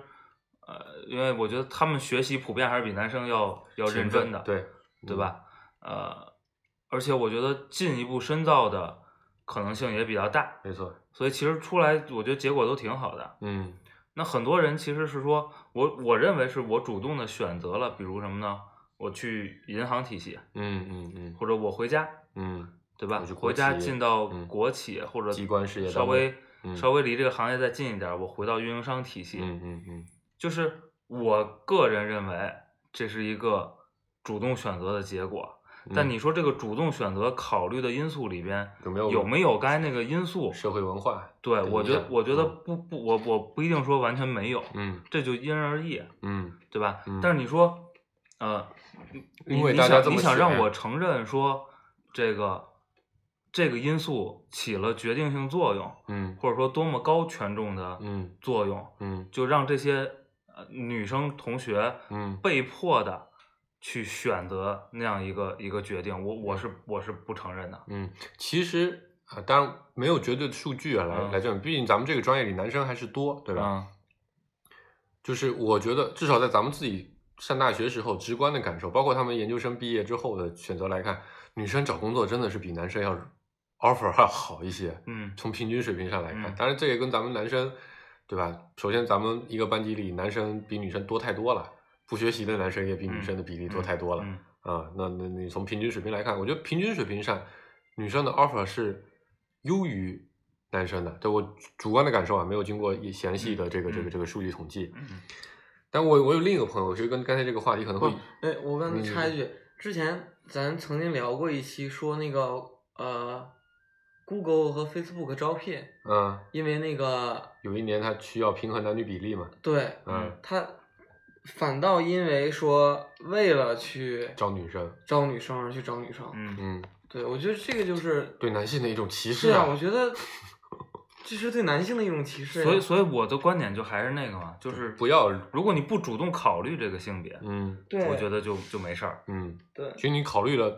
Speaker 4: 呃，因为我觉得他们学习普遍还是比男生要要认真的，
Speaker 3: 对
Speaker 4: 对？吧？呃，而且我觉得进一步深造的可能性也比较大，
Speaker 3: 嗯没错，
Speaker 4: 所以其实出来我觉得结果都挺好的。
Speaker 3: 嗯
Speaker 4: 那很多人其实是说我我认为是我主动的选择了，比如什么呢？我去银行体系，
Speaker 3: 嗯嗯嗯
Speaker 4: 或者我回家，
Speaker 3: 嗯，
Speaker 4: 对吧
Speaker 3: 我去？国
Speaker 4: 回家
Speaker 3: 企
Speaker 4: 进到
Speaker 3: 嗯
Speaker 4: 国企或者
Speaker 3: 机关事业单
Speaker 4: 稍微
Speaker 3: 位嗯
Speaker 4: 稍微离这个行业再近一点，我回到运营商体系，
Speaker 3: 嗯嗯嗯
Speaker 4: 就是我个人认为这是一个主动选择的结果。
Speaker 3: 嗯，
Speaker 4: 但你说这个主动选择考虑的因素里边
Speaker 3: 有没有
Speaker 4: 有没有刚才那个因素？
Speaker 3: 社会文化？
Speaker 4: 对我觉得
Speaker 3: 影响
Speaker 4: 我觉得
Speaker 3: 嗯
Speaker 4: 不不我我不一定说完全没有，
Speaker 3: 嗯
Speaker 4: 这就因人而异，
Speaker 3: 嗯
Speaker 4: 对吧？
Speaker 3: 嗯
Speaker 4: 但是你说，呃，你
Speaker 3: 因为
Speaker 4: 你
Speaker 3: 大家这
Speaker 4: 想你
Speaker 3: 么
Speaker 4: 想
Speaker 3: 写
Speaker 4: 让我承认说这个这个因素起了决定性作用，
Speaker 3: 嗯
Speaker 4: 或者说多么高权重的
Speaker 3: 嗯
Speaker 4: 作用，
Speaker 3: 嗯
Speaker 4: 就让这些呃女生同学
Speaker 3: 嗯
Speaker 4: 被迫的去选择那样一个一个决定，我我是我是不承认的。
Speaker 3: 嗯，其实啊，当然没有绝对的数据啊来
Speaker 4: 嗯
Speaker 3: 来证明，毕竟咱们这个专业里男生还是多，对吧？
Speaker 4: 嗯
Speaker 3: 就是我觉得至少在咱们自己上大学时候直观的感受，包括他们研究生毕业之后的选择来看，女生找工作真的是比男生要 offer 还要好一些。
Speaker 4: 嗯
Speaker 3: 从平均水平上来看，
Speaker 4: 嗯
Speaker 3: 当然这也跟咱们男生，对吧？首先咱们一个班级里男生比女生多太多了，不学习的男生也比女生的比例多太多了
Speaker 4: 嗯
Speaker 3: 啊。那那你从平均水平来看，我觉得平均水平上女生的 offer 是优于男生的，对我主观的感受啊，没有经过一详细的这个这个
Speaker 4: 嗯
Speaker 3: 这个数据统计。
Speaker 4: 嗯
Speaker 3: 但我我有另一个朋友，就跟刚才这个话题可能会，
Speaker 2: 哎，我刚才
Speaker 3: 嗯
Speaker 2: 插一句，之前咱曾经聊过一期，说那个呃，Google 和 Facebook 招聘，
Speaker 3: 嗯，
Speaker 2: 因为那个
Speaker 3: 有一年他需要平衡男女比例嘛，
Speaker 2: 对
Speaker 3: 嗯，
Speaker 2: 他反倒因为说为了去
Speaker 3: 招女生，
Speaker 2: 招女生而去招女生，
Speaker 4: 嗯嗯
Speaker 3: 嗯，
Speaker 2: 对我觉得这个就是
Speaker 3: 对男性的一种歧视
Speaker 2: 对啊，我觉得这是对男性的一种歧视呀，
Speaker 4: 所以所以我的观点就还是那个嘛，就是
Speaker 3: 不要，
Speaker 4: 如果你不主动考虑这个性别，
Speaker 3: 嗯
Speaker 2: 对，
Speaker 4: 我觉得就就没事儿。
Speaker 3: 嗯。
Speaker 2: 对
Speaker 3: 其实你考虑了，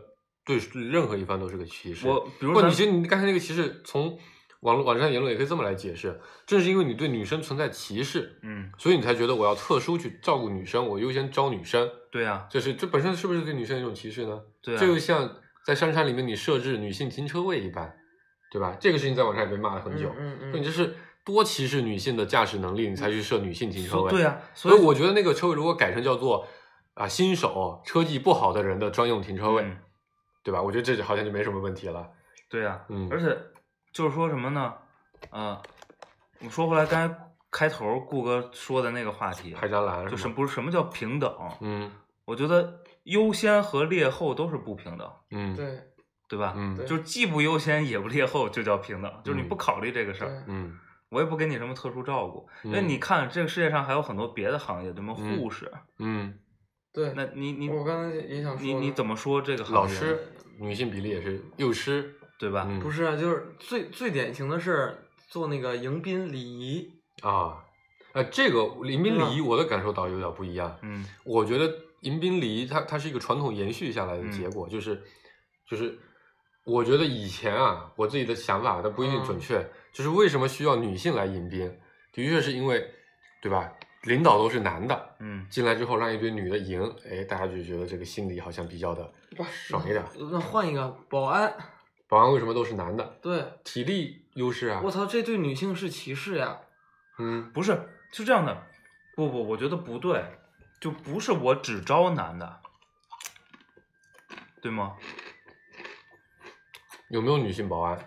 Speaker 3: 对任何一方都是个歧视。
Speaker 4: 我比如
Speaker 3: 不，
Speaker 4: 咱
Speaker 3: 你其实你刚才那个歧视，从网络网上言论也可以这么来解释，正是因为你对女生存在歧视，
Speaker 4: 嗯，
Speaker 3: 所以你才觉得我要特殊去照顾女生，我优先招女生，
Speaker 4: 对呀、
Speaker 3: 这是这本身是不是对女生一种歧视呢？
Speaker 4: 对啊呀、
Speaker 3: 这就像在商场里面你设置女性停车位一般，对吧？这个事情在网上也被骂了很久，
Speaker 2: 嗯嗯
Speaker 3: 说你
Speaker 2: 嗯，
Speaker 3: 这是多歧视女性的驾驶能力，你才去设女性停车
Speaker 4: 所
Speaker 3: 位。
Speaker 4: 对呀、
Speaker 3: 所以
Speaker 4: 以
Speaker 3: 我觉得那个车位如果改成叫做啊新手车技不好的人的专用停车位，
Speaker 4: 嗯
Speaker 3: 对吧？我觉得这就好像就没什么问题了。
Speaker 4: 对呀、
Speaker 3: 嗯
Speaker 4: 而且就是说什么呢？呃，我说回来刚才开头顾哥说的那个话题，
Speaker 3: 拍张栏啊
Speaker 4: 就什
Speaker 3: 么？
Speaker 4: 不是什么叫平等？
Speaker 3: 嗯
Speaker 4: 我觉得优先和劣后都是不平等，
Speaker 3: 嗯
Speaker 2: 对
Speaker 4: 对吧？
Speaker 3: 嗯
Speaker 2: 对
Speaker 4: 就是既不优先也不劣后，就叫平等，就是你
Speaker 3: 嗯
Speaker 4: 不考虑这个事
Speaker 2: 对
Speaker 4: 儿，
Speaker 3: 嗯
Speaker 4: 我也不给你什么特殊照顾，因为
Speaker 3: 嗯
Speaker 4: 你看这个世界上还有很多别的行业，什么
Speaker 3: 嗯
Speaker 4: 护士，
Speaker 3: 嗯，
Speaker 2: 对，
Speaker 4: 那你你
Speaker 2: 我刚才也想说
Speaker 4: 你你
Speaker 2: 呢
Speaker 4: 怎么说这个行业
Speaker 3: 老师女性比例也是幼师，
Speaker 4: 对吧？
Speaker 3: 嗯
Speaker 2: 不是啊，就是最最典型的是做那个迎宾礼仪，
Speaker 3: 啊啊，这个迎宾礼
Speaker 2: 对
Speaker 3: 仪我的感受倒有点不一样。
Speaker 4: 嗯
Speaker 3: 我觉得迎宾礼仪它它是一个传统延续下来的
Speaker 2: 嗯
Speaker 3: 结果，就是就是我觉得以前啊，我自己的想法它不一定
Speaker 2: 嗯
Speaker 3: 准确，就是为什么需要女性来迎宾，的确是因为对吧？领导都是男的，
Speaker 4: 嗯
Speaker 3: 进来之后让一堆女的赢，哎，大家就觉得这个心里好像比较的
Speaker 2: 哇
Speaker 3: 爽一点。
Speaker 2: 那换一个保安，
Speaker 3: 保安为什么都是男的？
Speaker 2: 对，
Speaker 3: 体力优势啊
Speaker 2: 我，操，这对女性是歧视呀，
Speaker 3: 嗯
Speaker 4: 不是，是这样的，不不，我觉得不对，就不是我只招男的，对吗？
Speaker 3: 有没有女性保安？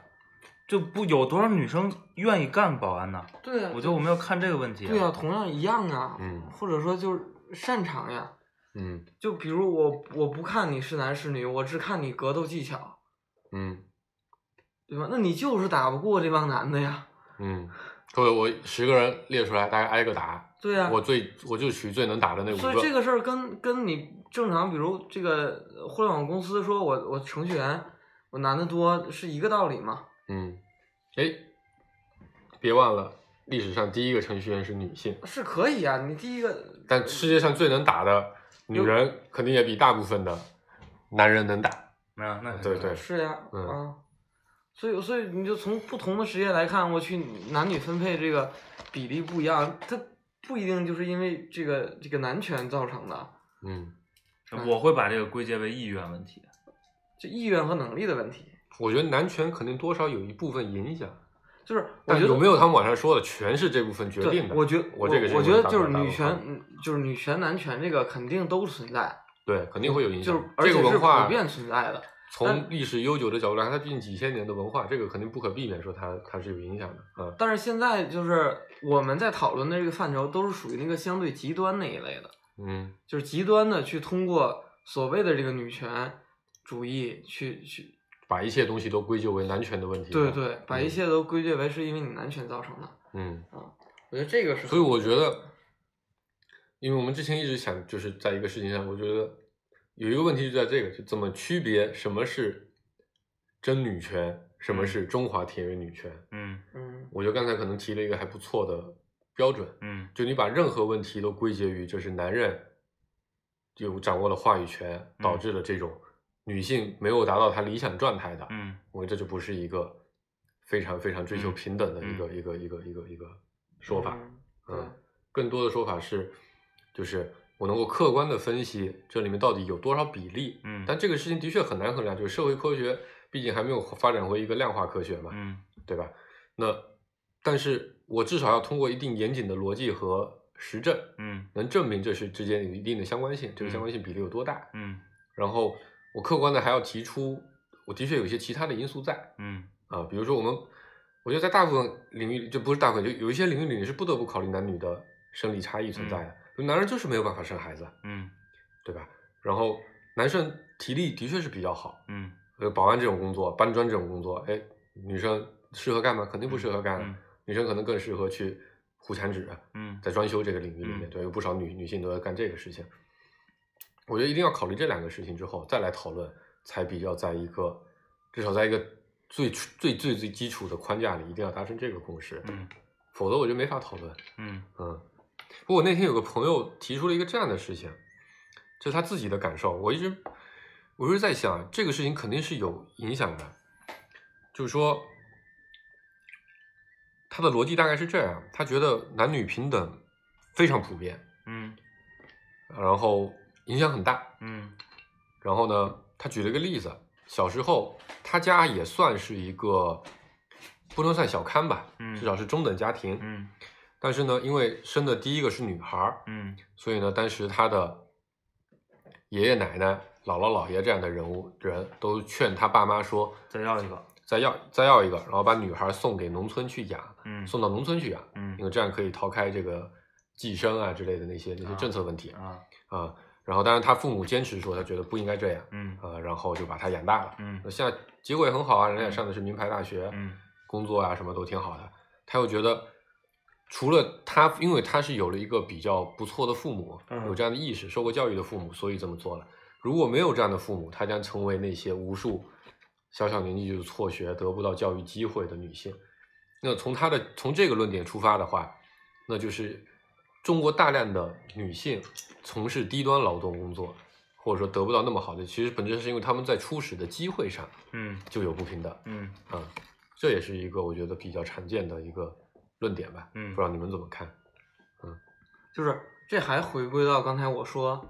Speaker 4: 就不有多少女生愿意干保安呢？
Speaker 2: 对啊，
Speaker 4: 我觉得我们要看这个问题。
Speaker 2: 对啊，同样一样啊，
Speaker 3: 嗯
Speaker 2: 或者说就是擅长呀，
Speaker 3: 嗯
Speaker 2: 就比如我我不看你是男是女，我只看你格斗技巧，
Speaker 3: 嗯
Speaker 2: 对吧？那你就是打不过这帮男的呀，
Speaker 3: 嗯，各位，我十个人列出来，大家挨个打。
Speaker 2: 对啊呀、
Speaker 3: 我最我就属于最能打的那五
Speaker 2: 嗯所
Speaker 3: 个。
Speaker 2: 以这个事儿跟跟你正常，比如这个呃互联网公司说我我程序员我男的多是一个道理嘛？
Speaker 3: 嗯，哎，别忘了，历史上第一个程序员是女性，
Speaker 2: 是可以啊，你第一个
Speaker 3: 但世界上最能打的
Speaker 2: 嗯
Speaker 3: 女人肯定也比大部分的男人能打。
Speaker 4: 那那肯定
Speaker 3: 对对，
Speaker 2: 是呀、
Speaker 3: 嗯
Speaker 2: 啊，所以所以你就从不同的职业来看，我去男女分配这个比例不一样，它不一定就是因为这个这个男权造成的，
Speaker 3: 嗯，
Speaker 4: 我会把这个归结为意愿问题。
Speaker 2: 就意愿和能力的问题。
Speaker 3: 我觉得男权肯定多少有一部分影响，
Speaker 2: 就是我
Speaker 3: 但
Speaker 2: 觉得
Speaker 3: 有没有他们网上说的全是这部分决
Speaker 2: 对
Speaker 3: 定的？
Speaker 2: 我觉
Speaker 3: 我这个是
Speaker 2: 我
Speaker 3: 有
Speaker 2: 觉得
Speaker 3: 大
Speaker 2: 就是
Speaker 3: 问号
Speaker 2: 女权，嗯就是女权男权这个肯定都存在，
Speaker 3: 对肯定会有影
Speaker 2: 就
Speaker 3: 响，
Speaker 2: 是而
Speaker 3: 嗯这
Speaker 2: 且
Speaker 3: 个
Speaker 2: 是
Speaker 3: 文化
Speaker 2: 普遍存在的。
Speaker 3: 从历史悠久的角度来看，它毕竟几千年的文化，这个肯定不可避免说它它是有影响的啊。
Speaker 2: 但是现在就是我们在讨论的这个范畴，都是属于那个相对极端那一类的，
Speaker 3: 嗯
Speaker 2: 就是极端的去通过所谓的这个女权主义去去，
Speaker 3: 把一切东西都归咎为男权的问题。
Speaker 2: 对，对，把一切都归结为是因为你男权造成的。
Speaker 3: 嗯，
Speaker 2: 我觉得这个是很，
Speaker 3: 所以我觉得，因为我们之前一直想就是在一个事情上，我觉得有一个问题就在这个，就怎么区别什么是真女权，什么是中华田园女权。
Speaker 4: 嗯
Speaker 2: 嗯
Speaker 3: 我觉得刚才可能提了一个还不错的标准，
Speaker 4: 嗯
Speaker 3: 就你把任何问题都归结于就是男人有掌握了话语权，
Speaker 4: 嗯
Speaker 3: 导致了这种女性没有达到她理想状态的，
Speaker 4: 嗯
Speaker 3: 我觉得这就不是一个非常非常追求
Speaker 4: 嗯
Speaker 3: 平等的一个、
Speaker 4: 嗯
Speaker 3: 一个一个一个一个说法。
Speaker 2: 嗯
Speaker 3: 嗯，更多的说法是，就是我能够客观的分析这里面到底有多少比例。
Speaker 4: 嗯
Speaker 3: 但这个事情的确很难衡量，就是社会科学毕竟还没有发展回一个量化科学嘛。
Speaker 4: 嗯
Speaker 3: 对吧？那但是我至少要通过一定严谨的逻辑和实证，
Speaker 4: 嗯
Speaker 3: 能证明这是之间有一定的相关性，这个相关性比例有多大。
Speaker 4: 嗯
Speaker 3: 然后我客观的还要提出，我的确有一些其他的因素在
Speaker 4: 嗯
Speaker 3: 啊，比如说我们，我觉得在大部分领域里，就不是大部分，就有一些领域里你是不得不考虑男女的生理差异存在的，就男人就是没有办法生孩子，
Speaker 4: 嗯
Speaker 3: 对吧？然后男生体力的确是比较好，
Speaker 4: 嗯，
Speaker 3: 呃，保安这种工作，搬砖这种工作，哎，女生适合干吗？肯定不适合干啊，
Speaker 4: 嗯
Speaker 3: 女生可能更适合去糊墙纸，
Speaker 4: 嗯
Speaker 3: 在装修这个领域里
Speaker 4: 嗯
Speaker 3: 面，对，有不少女女性都在干这个事情。我觉得一定要考虑这两个事情之后再来讨论，才比较在一个至少在一个最初最最最基础的框架里，一定要达成这个共识，
Speaker 4: 嗯
Speaker 3: 否则我就没法讨论。
Speaker 4: 嗯
Speaker 3: 嗯，不过我那天有个朋友提出了一个这样的事情，就是他自己的感受。我一直我一直在想，这个事情肯定是有影响的，就是说他的逻辑大概是这样：他觉得男女平等非常普遍，
Speaker 4: 嗯
Speaker 3: 然后影响很大。
Speaker 4: 嗯
Speaker 3: 然后呢，他举了一个例子，小时候他家也算是一个不能算小康吧，
Speaker 4: 嗯
Speaker 3: 至少是中等家庭。
Speaker 4: 嗯
Speaker 3: 但是呢，因为生的第一个是女孩儿，
Speaker 4: 嗯
Speaker 3: 所以呢，当时他的爷爷奶奶、姥姥姥爷这样的人物人都劝他爸妈说，
Speaker 4: 再要一个，
Speaker 3: 再要再要一个，然后把女孩送给农村去养，
Speaker 4: 嗯
Speaker 3: 送到农村去养，
Speaker 4: 嗯
Speaker 3: 因为这样可以逃开这个寄生啊之类的那些那些
Speaker 4: 啊
Speaker 3: 政策问题啊
Speaker 4: 啊
Speaker 3: 然后，当然他父母坚持说他觉得不应该这样
Speaker 4: 嗯
Speaker 3: 啊、然后就把他养大了。
Speaker 4: 嗯
Speaker 3: 那现在结果也很好啊，人家也上的是名牌大学，
Speaker 4: 嗯
Speaker 3: 工作啊什么都挺好的。他又觉得，除了他，因为他是有了一个比较不错的父母，
Speaker 4: 嗯
Speaker 3: 有这样的意识、受过教育的父母，所以这么做了。如果没有这样的父母，他将成为那些无数小小年纪就辍学、得不到教育机会的女性。那从他的从这个论点出发的话，那就是中国大量的女性从事低端劳动工作，或者说得不到那么好的，其实本质上是因为他们在初始的机会上
Speaker 4: 嗯
Speaker 3: 就有不平等。
Speaker 4: 嗯
Speaker 3: 啊，这也是一个我觉得比较常见的一个论点吧，
Speaker 4: 嗯
Speaker 3: 不知道你们怎么看？
Speaker 2: 就是这还回归到刚才我说，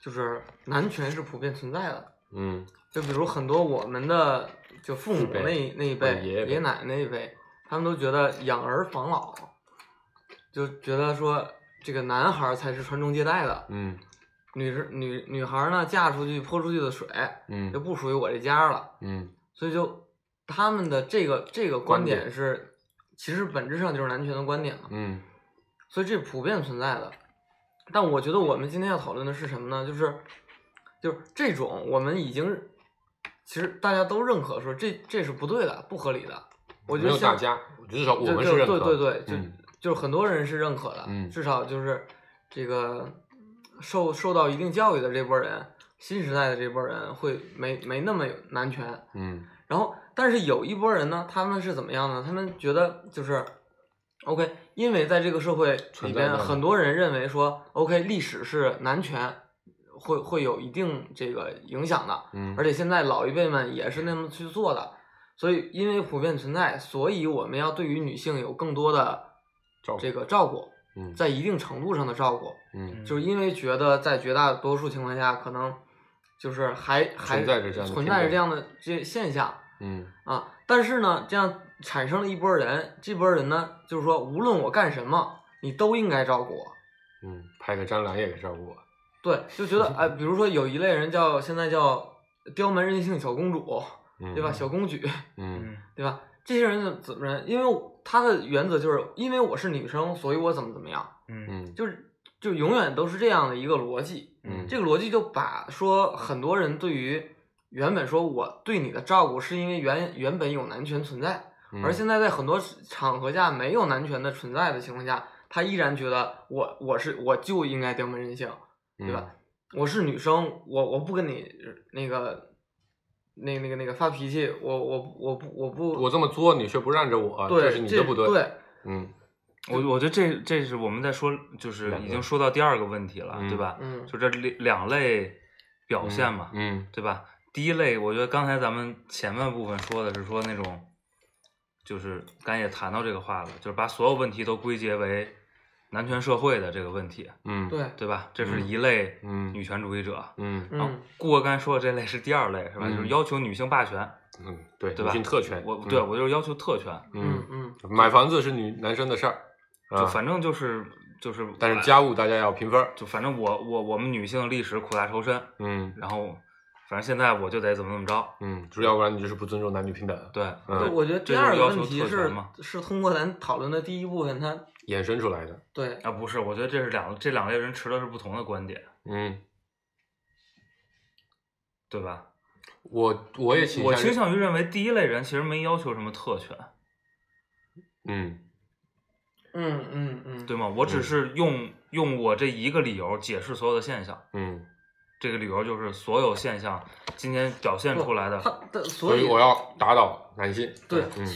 Speaker 2: 就是男权是普遍存在的。
Speaker 3: 嗯
Speaker 2: 就比如很多我们的就父母
Speaker 3: 父辈
Speaker 2: 那一那一
Speaker 3: 或者
Speaker 2: 辈、
Speaker 3: 爷爷辈
Speaker 2: 爷奶奶那一辈，他们都觉得养儿防老，就觉得说这个男孩儿才是传宗接代的，
Speaker 3: 嗯
Speaker 2: 女是女女孩儿呢嫁出去泼出去的水就
Speaker 3: 嗯
Speaker 2: 不属于我这家了，
Speaker 3: 嗯
Speaker 2: 所以就他们的这个这个
Speaker 3: 观
Speaker 2: 观
Speaker 3: 点
Speaker 2: 点是，其实本质上就是男权的观点了，
Speaker 3: 嗯
Speaker 2: 所以这普遍存在的。但我觉得我们今天要讨论的是什么呢？就是，就是这种我们已经，其实大家都认可说这这是不对的、不合理的。我觉
Speaker 3: 没
Speaker 2: 得
Speaker 3: 有
Speaker 2: 像
Speaker 3: 大家，至少我
Speaker 2: 对
Speaker 3: 们
Speaker 2: 对
Speaker 3: 是认可
Speaker 2: 对对
Speaker 3: 的，
Speaker 2: 对，就、
Speaker 3: 嗯
Speaker 2: 就是很多人是认可的，
Speaker 3: 嗯
Speaker 2: 至少就是这个受受到一定教育的这波人，新时代的这波人会没没那么有男权。
Speaker 3: 嗯
Speaker 2: 然后，但是有一波人呢，他们是怎么样呢？他们觉得就是，OK，因为在这个社会里
Speaker 3: 存在
Speaker 2: 边，
Speaker 3: 的
Speaker 2: 很多人认为说，OK，历史是男权会会有一定这个影响的，
Speaker 3: 嗯，
Speaker 2: 而且现在老一辈们也是那么去做的，所以因为普遍存在，所以我们要对于女性有更多的
Speaker 3: 照顾
Speaker 2: 这个照顾，
Speaker 3: 嗯
Speaker 2: 在一定程度上的照顾，
Speaker 3: 嗯
Speaker 2: 就是因为觉得在绝大多数情况下，可能就是还还
Speaker 3: 存在着这样的
Speaker 2: 存
Speaker 3: 偏
Speaker 2: 在着
Speaker 3: 见
Speaker 2: 这样的这现象
Speaker 3: 嗯
Speaker 2: 啊。但是呢，这样产生了一波人，这波人呢，就是说无论我干什么，你都应该照顾我。
Speaker 3: 嗯，拍个蟑螂也给照顾我，
Speaker 2: 对，就觉得哎，比如说有一类人叫现在叫刁蛮任性小公主，
Speaker 3: 嗯
Speaker 2: 对吧？小公举，
Speaker 3: 嗯
Speaker 4: 嗯
Speaker 2: 对吧？这些人怎怎么人？因为我他的原则就是因为我是女生，所以我怎么怎么样，
Speaker 4: 嗯
Speaker 3: 嗯
Speaker 2: 就是就永远都是这样的一个逻辑。
Speaker 3: 嗯，
Speaker 2: 这个逻辑就把说很多人对于原本说我对你的照顾是因为原原本有男权存在，
Speaker 3: 嗯
Speaker 2: 而现在在很多场合下没有男权的存在的情况下，他依然觉得我我是我就应该刁蛮任性，
Speaker 3: 对
Speaker 2: 对吧？我是女生，我我不跟你那个。那那个那个发脾气，我我我不我不
Speaker 3: 我这么作，你却不让着我，
Speaker 2: 对，
Speaker 3: 这是你的不
Speaker 2: 对。，
Speaker 3: 嗯
Speaker 4: 我我觉得这这是我们在说，就是
Speaker 3: 两个
Speaker 4: 已经说到第二个问题了，
Speaker 3: 嗯
Speaker 4: 对吧？
Speaker 2: 嗯
Speaker 4: 就这两两类表现嘛，
Speaker 3: 嗯
Speaker 4: 对吧？第一类，我觉得刚才咱们前半部分说的是说那种，就是刚才也谈到这个话了，就是把所有问题都归结为男权社会的这个问题，
Speaker 3: 嗯，
Speaker 2: 对，
Speaker 4: 对吧？这是
Speaker 3: 嗯
Speaker 4: 一类
Speaker 3: 嗯
Speaker 4: 女权主义者。
Speaker 3: 嗯
Speaker 4: 然后
Speaker 2: 嗯，
Speaker 4: 顾哥刚才说的这类是第二类，是吧？
Speaker 3: 嗯
Speaker 4: 就是要求女性霸权，
Speaker 3: 嗯，对，
Speaker 4: 对
Speaker 3: 女
Speaker 4: 吧？
Speaker 3: 性特权，
Speaker 4: 我
Speaker 3: 嗯
Speaker 4: 对我就是要求特权，
Speaker 2: 嗯
Speaker 3: 嗯，
Speaker 2: 嗯，
Speaker 3: 买房子是女男生的事儿，
Speaker 4: 就
Speaker 3: 啊，
Speaker 4: 反正就是就是，
Speaker 3: 但是家务大家要平分儿，
Speaker 4: 就反正我我我们女性历史苦大仇深，
Speaker 3: 嗯
Speaker 4: 然后反正现在我就得怎么怎么着，
Speaker 3: 嗯，就是要不然你就是不尊重男女平等，
Speaker 4: 对，
Speaker 3: 嗯
Speaker 2: 就我觉得第
Speaker 4: 这
Speaker 2: 二
Speaker 4: 种
Speaker 2: 个
Speaker 4: 要
Speaker 2: 问
Speaker 4: 求
Speaker 2: 题
Speaker 4: 特
Speaker 2: 是
Speaker 4: 权嘛
Speaker 2: 是通过咱讨论的第一部分，它
Speaker 3: 衍生出来的，
Speaker 2: 对
Speaker 4: 啊，不是，我觉得这是两这两类人持的是不同的观点，
Speaker 3: 嗯，
Speaker 4: 对吧？
Speaker 3: 我我也倾
Speaker 4: 我倾
Speaker 3: 于，
Speaker 4: 向于认为第一类人其实没要求什么特权，
Speaker 3: 嗯
Speaker 2: 嗯嗯嗯，
Speaker 4: 对吗？我只
Speaker 3: 嗯
Speaker 4: 是用、用我这一个理由解释所有的现象，
Speaker 3: 嗯，
Speaker 4: 这个理由就是所有现象今天表现出来
Speaker 2: 它
Speaker 4: 的，
Speaker 2: 的所
Speaker 3: 所以我要打倒男性，
Speaker 2: 对
Speaker 3: 嗯，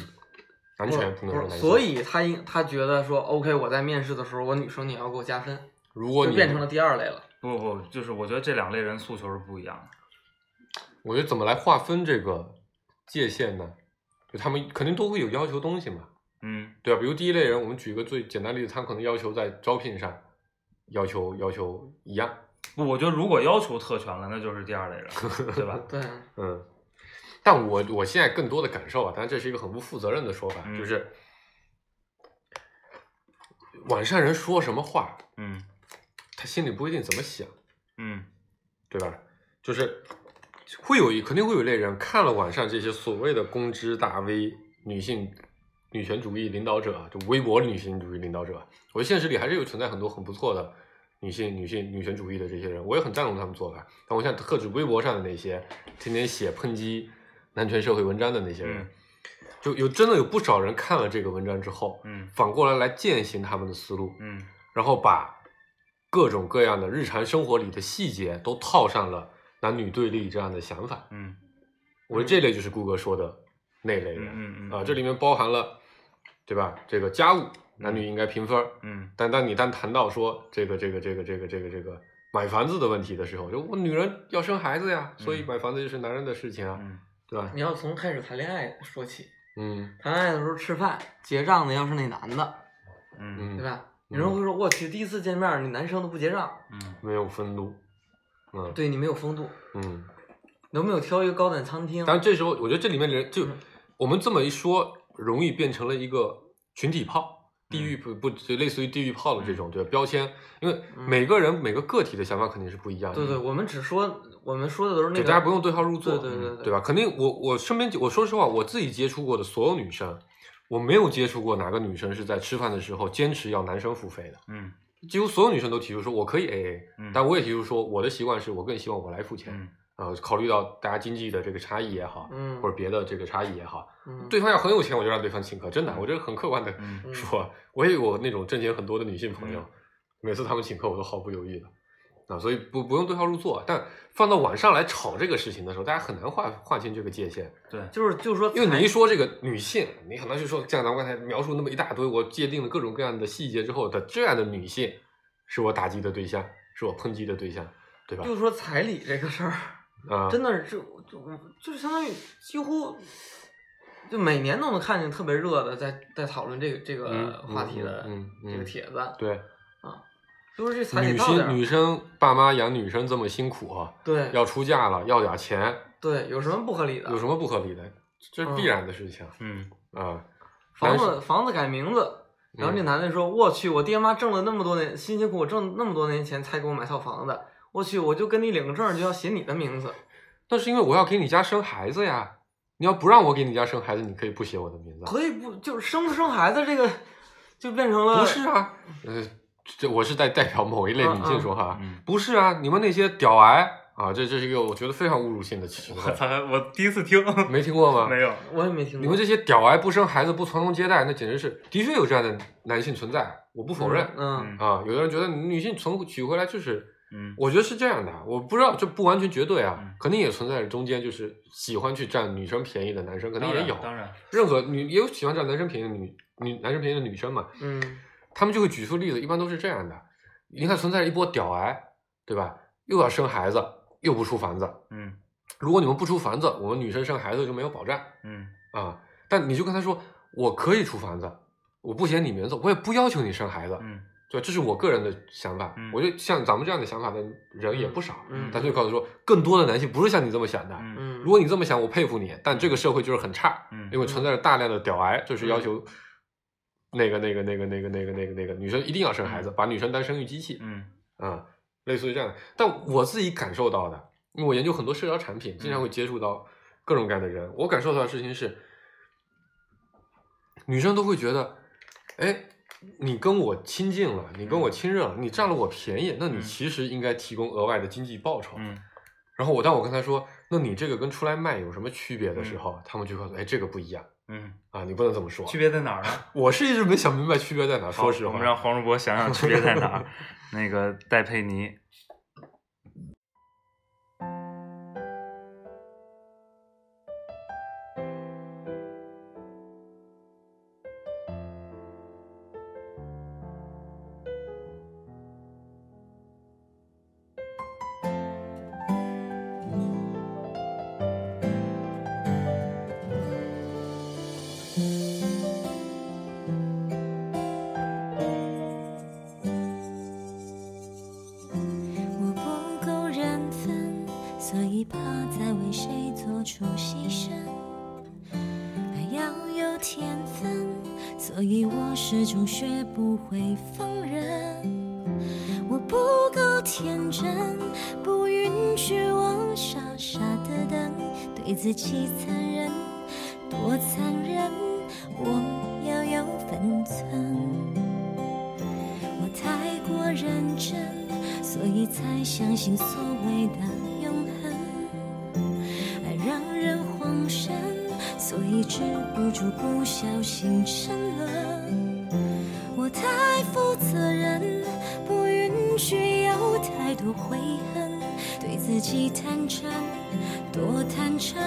Speaker 3: 男权不
Speaker 2: 不是不
Speaker 3: 能说男
Speaker 2: 是，
Speaker 3: 性，
Speaker 2: 所以他应他觉得说，OK，我在面试的时候，我女生你要给我加分，
Speaker 3: 如果
Speaker 2: 就
Speaker 3: 你
Speaker 2: 变成了第二类了。
Speaker 4: 不不，就是我觉得这两类人诉求是不一样的，
Speaker 3: 我觉得怎么来划分这个界限呢？就他们肯定都会有要求东西嘛，
Speaker 4: 嗯
Speaker 3: 对吧？比如第一类人，我们举一个最简单的例子，他可能要求在招聘上要求要求一样，
Speaker 4: 不，我觉得如果要求特权了，那就是第二类人，对吧？
Speaker 2: 对，啊
Speaker 3: 嗯。但我我现在更多的感受啊，当然这是一个很不负责任的说法，
Speaker 4: 嗯
Speaker 3: 就是网上人说什么话，
Speaker 4: 嗯
Speaker 3: 他心里不一定怎么想，
Speaker 4: 嗯
Speaker 3: 对吧？就是会有一肯定会有一类人看了网上这些所谓的公知大 V、女性女权主义领导者，啊就微博女性主义领导者，我觉得现实里还是有存在很多很不错的女性、女性女权主义的这些人，我也很赞同他们做法。但我想特指微博上的那些天天写抨击男权社会文章的那些人，
Speaker 4: 嗯
Speaker 3: 就有真的有不少人看了这个文章之后，
Speaker 4: 嗯
Speaker 3: 反过来来践行他们的思路，
Speaker 4: 嗯
Speaker 3: 然后把各种各样的日常生活里的细节都套上了男女对立这样的想法。
Speaker 4: 嗯
Speaker 3: 我觉得这类就是顾哥说的那类
Speaker 4: 嗯
Speaker 3: 人
Speaker 4: 嗯嗯
Speaker 3: 啊，这里面包含了，对吧？这个家务男女应该平分儿，
Speaker 4: 嗯
Speaker 3: 但当你当谈到说这个这个这个这个这个这个买房子的问题的时候，就我女人要生孩子呀，所以
Speaker 4: 嗯
Speaker 3: 买房子就是男人的事情啊，
Speaker 4: 嗯
Speaker 3: 对吧？
Speaker 2: 你要从开始谈恋爱说起，
Speaker 3: 嗯
Speaker 2: 谈恋爱的时候吃饭结账的要是那男的，
Speaker 4: 嗯
Speaker 2: 对
Speaker 3: 嗯，
Speaker 2: 吧？有人会说，我去，第一次见面你男生都不结账，
Speaker 4: 嗯
Speaker 3: 没有分路，嗯
Speaker 2: 对你没有风度，
Speaker 3: 嗯。
Speaker 2: 能不能挑一个高档餐厅？
Speaker 3: 但这时候，我觉得这里面的人就
Speaker 2: 嗯
Speaker 3: 我们这么一说，容易变成了一个群体炮，地
Speaker 2: 嗯
Speaker 3: 域不不就类似于地域炮的这种对吧标签，因为每个人每个个体的想法肯定是不一样
Speaker 2: 嗯
Speaker 3: 的。
Speaker 2: 对对，我们只说我们说的都是那
Speaker 3: 就
Speaker 2: 个，
Speaker 3: 大家不用对号入座，嗯
Speaker 2: 对对对对
Speaker 3: 对吧？肯定我我身边就我说实话，我自己接触过的所有女生，我没有接触过哪个女生是在吃饭的时候坚持要男生付费的。
Speaker 4: 嗯
Speaker 3: 几乎所有女生都提出说我可以 AA，、
Speaker 4: 嗯
Speaker 3: 但我也提出说我的习惯是我更希望我来付钱。
Speaker 4: 嗯
Speaker 3: 呃，考虑到大家经济的这个差异也好，
Speaker 2: 嗯
Speaker 3: 或者别的这个差异也好，
Speaker 2: 嗯
Speaker 3: 对方要很有钱，我就让对方请客，真的，我这个很客观的
Speaker 4: 嗯
Speaker 2: 嗯
Speaker 3: 说，我也有那种挣钱很多的女性朋友
Speaker 4: 嗯，
Speaker 3: 每次她们请客我都毫不犹豫的，啊，所以不不用对号入座，但放到网上来炒这个事情的时候，大家很难划划清这个界限，
Speaker 4: 对
Speaker 2: 就是就是说，
Speaker 3: 因为你一说这个女性，你很难去说像咱们刚才描述那么一大堆，我界定了各种各样的细节之后的这样的女性，是我打击的对象，是我抨击的对象，对吧？
Speaker 2: 就是说彩礼这个事儿，
Speaker 3: 啊、
Speaker 2: 真的是就就就是相当于几乎就每年都能看见特别热的在在讨论这个这
Speaker 3: 嗯
Speaker 2: 个
Speaker 3: 嗯
Speaker 2: 话题的
Speaker 3: 嗯嗯嗯
Speaker 2: 这个帖子，
Speaker 3: 对，
Speaker 2: 就是这才得
Speaker 3: 女
Speaker 2: 到点
Speaker 3: 生
Speaker 2: 儿
Speaker 3: 女生爸妈养女生这么辛苦啊，
Speaker 2: 对
Speaker 3: 要出嫁了，要点钱，
Speaker 2: 对有什么不合理的？
Speaker 3: 有什么不合理的？这是必然的事情
Speaker 4: 嗯，
Speaker 3: 啊。
Speaker 2: 房
Speaker 3: 男
Speaker 2: 子
Speaker 3: 生
Speaker 2: 房子改名字，然后这
Speaker 3: 嗯
Speaker 2: 男的说：“我去，我爹妈挣了那么多年，辛辛苦苦挣那么多年钱才给我买套房子，我去，我就跟你领个证儿就要写你的名字。
Speaker 3: 那是因为我要给你家生孩子呀。你要不让我给你家生孩子，你可以不写我的名字啊。
Speaker 2: 可以不就是生不生孩子这个，就变成了
Speaker 3: 不是啊，呃，这我是在代表某一类女性说话啊，
Speaker 4: 嗯
Speaker 3: 不是啊，你们那些屌癌啊，这这是一个我觉得非常侮辱性的情
Speaker 4: 我
Speaker 3: 况，
Speaker 4: 操，我第一次听，
Speaker 3: 没啊听过吗？
Speaker 4: 没有，
Speaker 2: 我也没听
Speaker 3: 你
Speaker 2: 过
Speaker 3: 们。这些屌癌不生孩子不传宗接代，那简直是的确有这样的男性存在，我不否认、
Speaker 2: 嗯，
Speaker 4: 嗯
Speaker 3: 啊。有的人觉得女性存娶回来就是，
Speaker 4: 嗯
Speaker 3: 我觉得是这样的，啊我不知道这不完全绝对啊，
Speaker 4: 嗯
Speaker 3: 肯定也存在着中间就是喜欢去占女生便宜的男生，肯定
Speaker 4: 当
Speaker 3: 也
Speaker 4: 然
Speaker 3: 有，
Speaker 4: 当然，
Speaker 3: 任何女也有喜欢占男生便宜的女女男生便宜的女生嘛，
Speaker 2: 嗯
Speaker 3: 他们就会举出例子，一般都是这样的。你看存在一波屌癌，对吧？又要生孩子，又不出房子。
Speaker 4: 嗯
Speaker 3: 如果你们不出房子，我们女生生孩子就没有保障
Speaker 4: 嗯
Speaker 3: 啊。但你就跟他说，我可以出房子，我不写你名字，我也不要求你生孩子，
Speaker 4: 嗯
Speaker 3: 对吧，这是我个人的想法。
Speaker 4: 嗯
Speaker 3: 我就像咱们这样的想法的人也不少，
Speaker 2: 嗯
Speaker 3: 但就告诉说，更多的男性不是像你这么想的。
Speaker 4: 嗯
Speaker 2: 嗯，
Speaker 3: 如果你这么想，我佩服你，但这个社会就是很差。
Speaker 4: 嗯，
Speaker 3: 因为存在着大量的屌癌，就是要求那个那个那个那个那个那个那个女生一定要生孩子，把女生当生育机器
Speaker 4: 嗯
Speaker 3: 啊，类似于这样的。但我自己感受到的，因为我研究很多社交产品，经
Speaker 4: 嗯
Speaker 3: 常会接触到各种各样的人，我感受到的事情是，女生都会觉得，哎。你跟我亲近了，你跟我亲热了，你占了我便宜，那你
Speaker 4: 嗯
Speaker 3: 其实应该提供额外的经济报酬。
Speaker 4: 嗯
Speaker 3: 然后我当我跟她说，那你这个跟出来卖有什么区别的时候，他们就会说，哎，这个不一样。
Speaker 4: 嗯，
Speaker 3: 啊，你不能这么说。
Speaker 4: 区，别在哪儿呢？
Speaker 3: 我是一直没想明白区别在哪。
Speaker 4: 好
Speaker 3: 说实
Speaker 4: 我
Speaker 3: 话
Speaker 4: 们，让黄世博想想区别在哪 儿。那个戴佩妮，
Speaker 6: 我不够认真，所以怕再为谁做出牺牲。爱要有天分，所以我始终学不会放任。我不够天真，不允许我傻傻的等，对自己残忍，多残忍！我要有分寸。我太过认真，所以才相信所谓的永恒。爱让人慌神，所以止不住不小心沉沦。我太负责任，不允许有太多悔恨，对自己坦诚，多坦诚。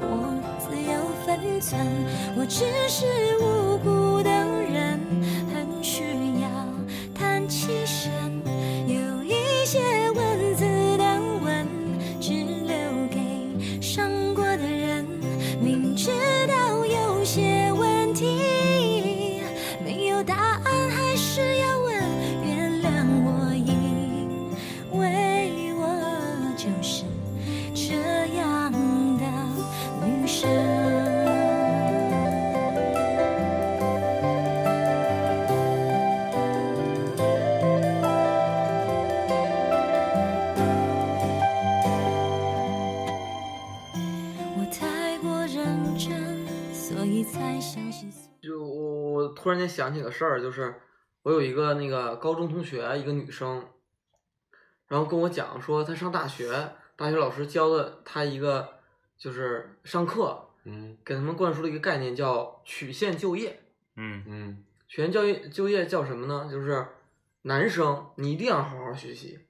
Speaker 6: 我自有分寸，我只是无辜的人，很需要叹气声。有一些文字的吻，只留给伤过的人。明知道有些问题没有答案，还是要问。原谅我，因为我就是这样的女生。我太过认真，所以才相信。
Speaker 2: 就我我突然间想起个事儿，就是我有一个那个高中同学，一个女生，然后跟我讲说她上大学，大学老师教了她一个就是上课
Speaker 3: 嗯
Speaker 2: 给他们灌输了一个概念叫曲线就业。
Speaker 4: 嗯
Speaker 3: 嗯
Speaker 2: 曲线教育就业叫什么呢？就是男生你一定要好好学习，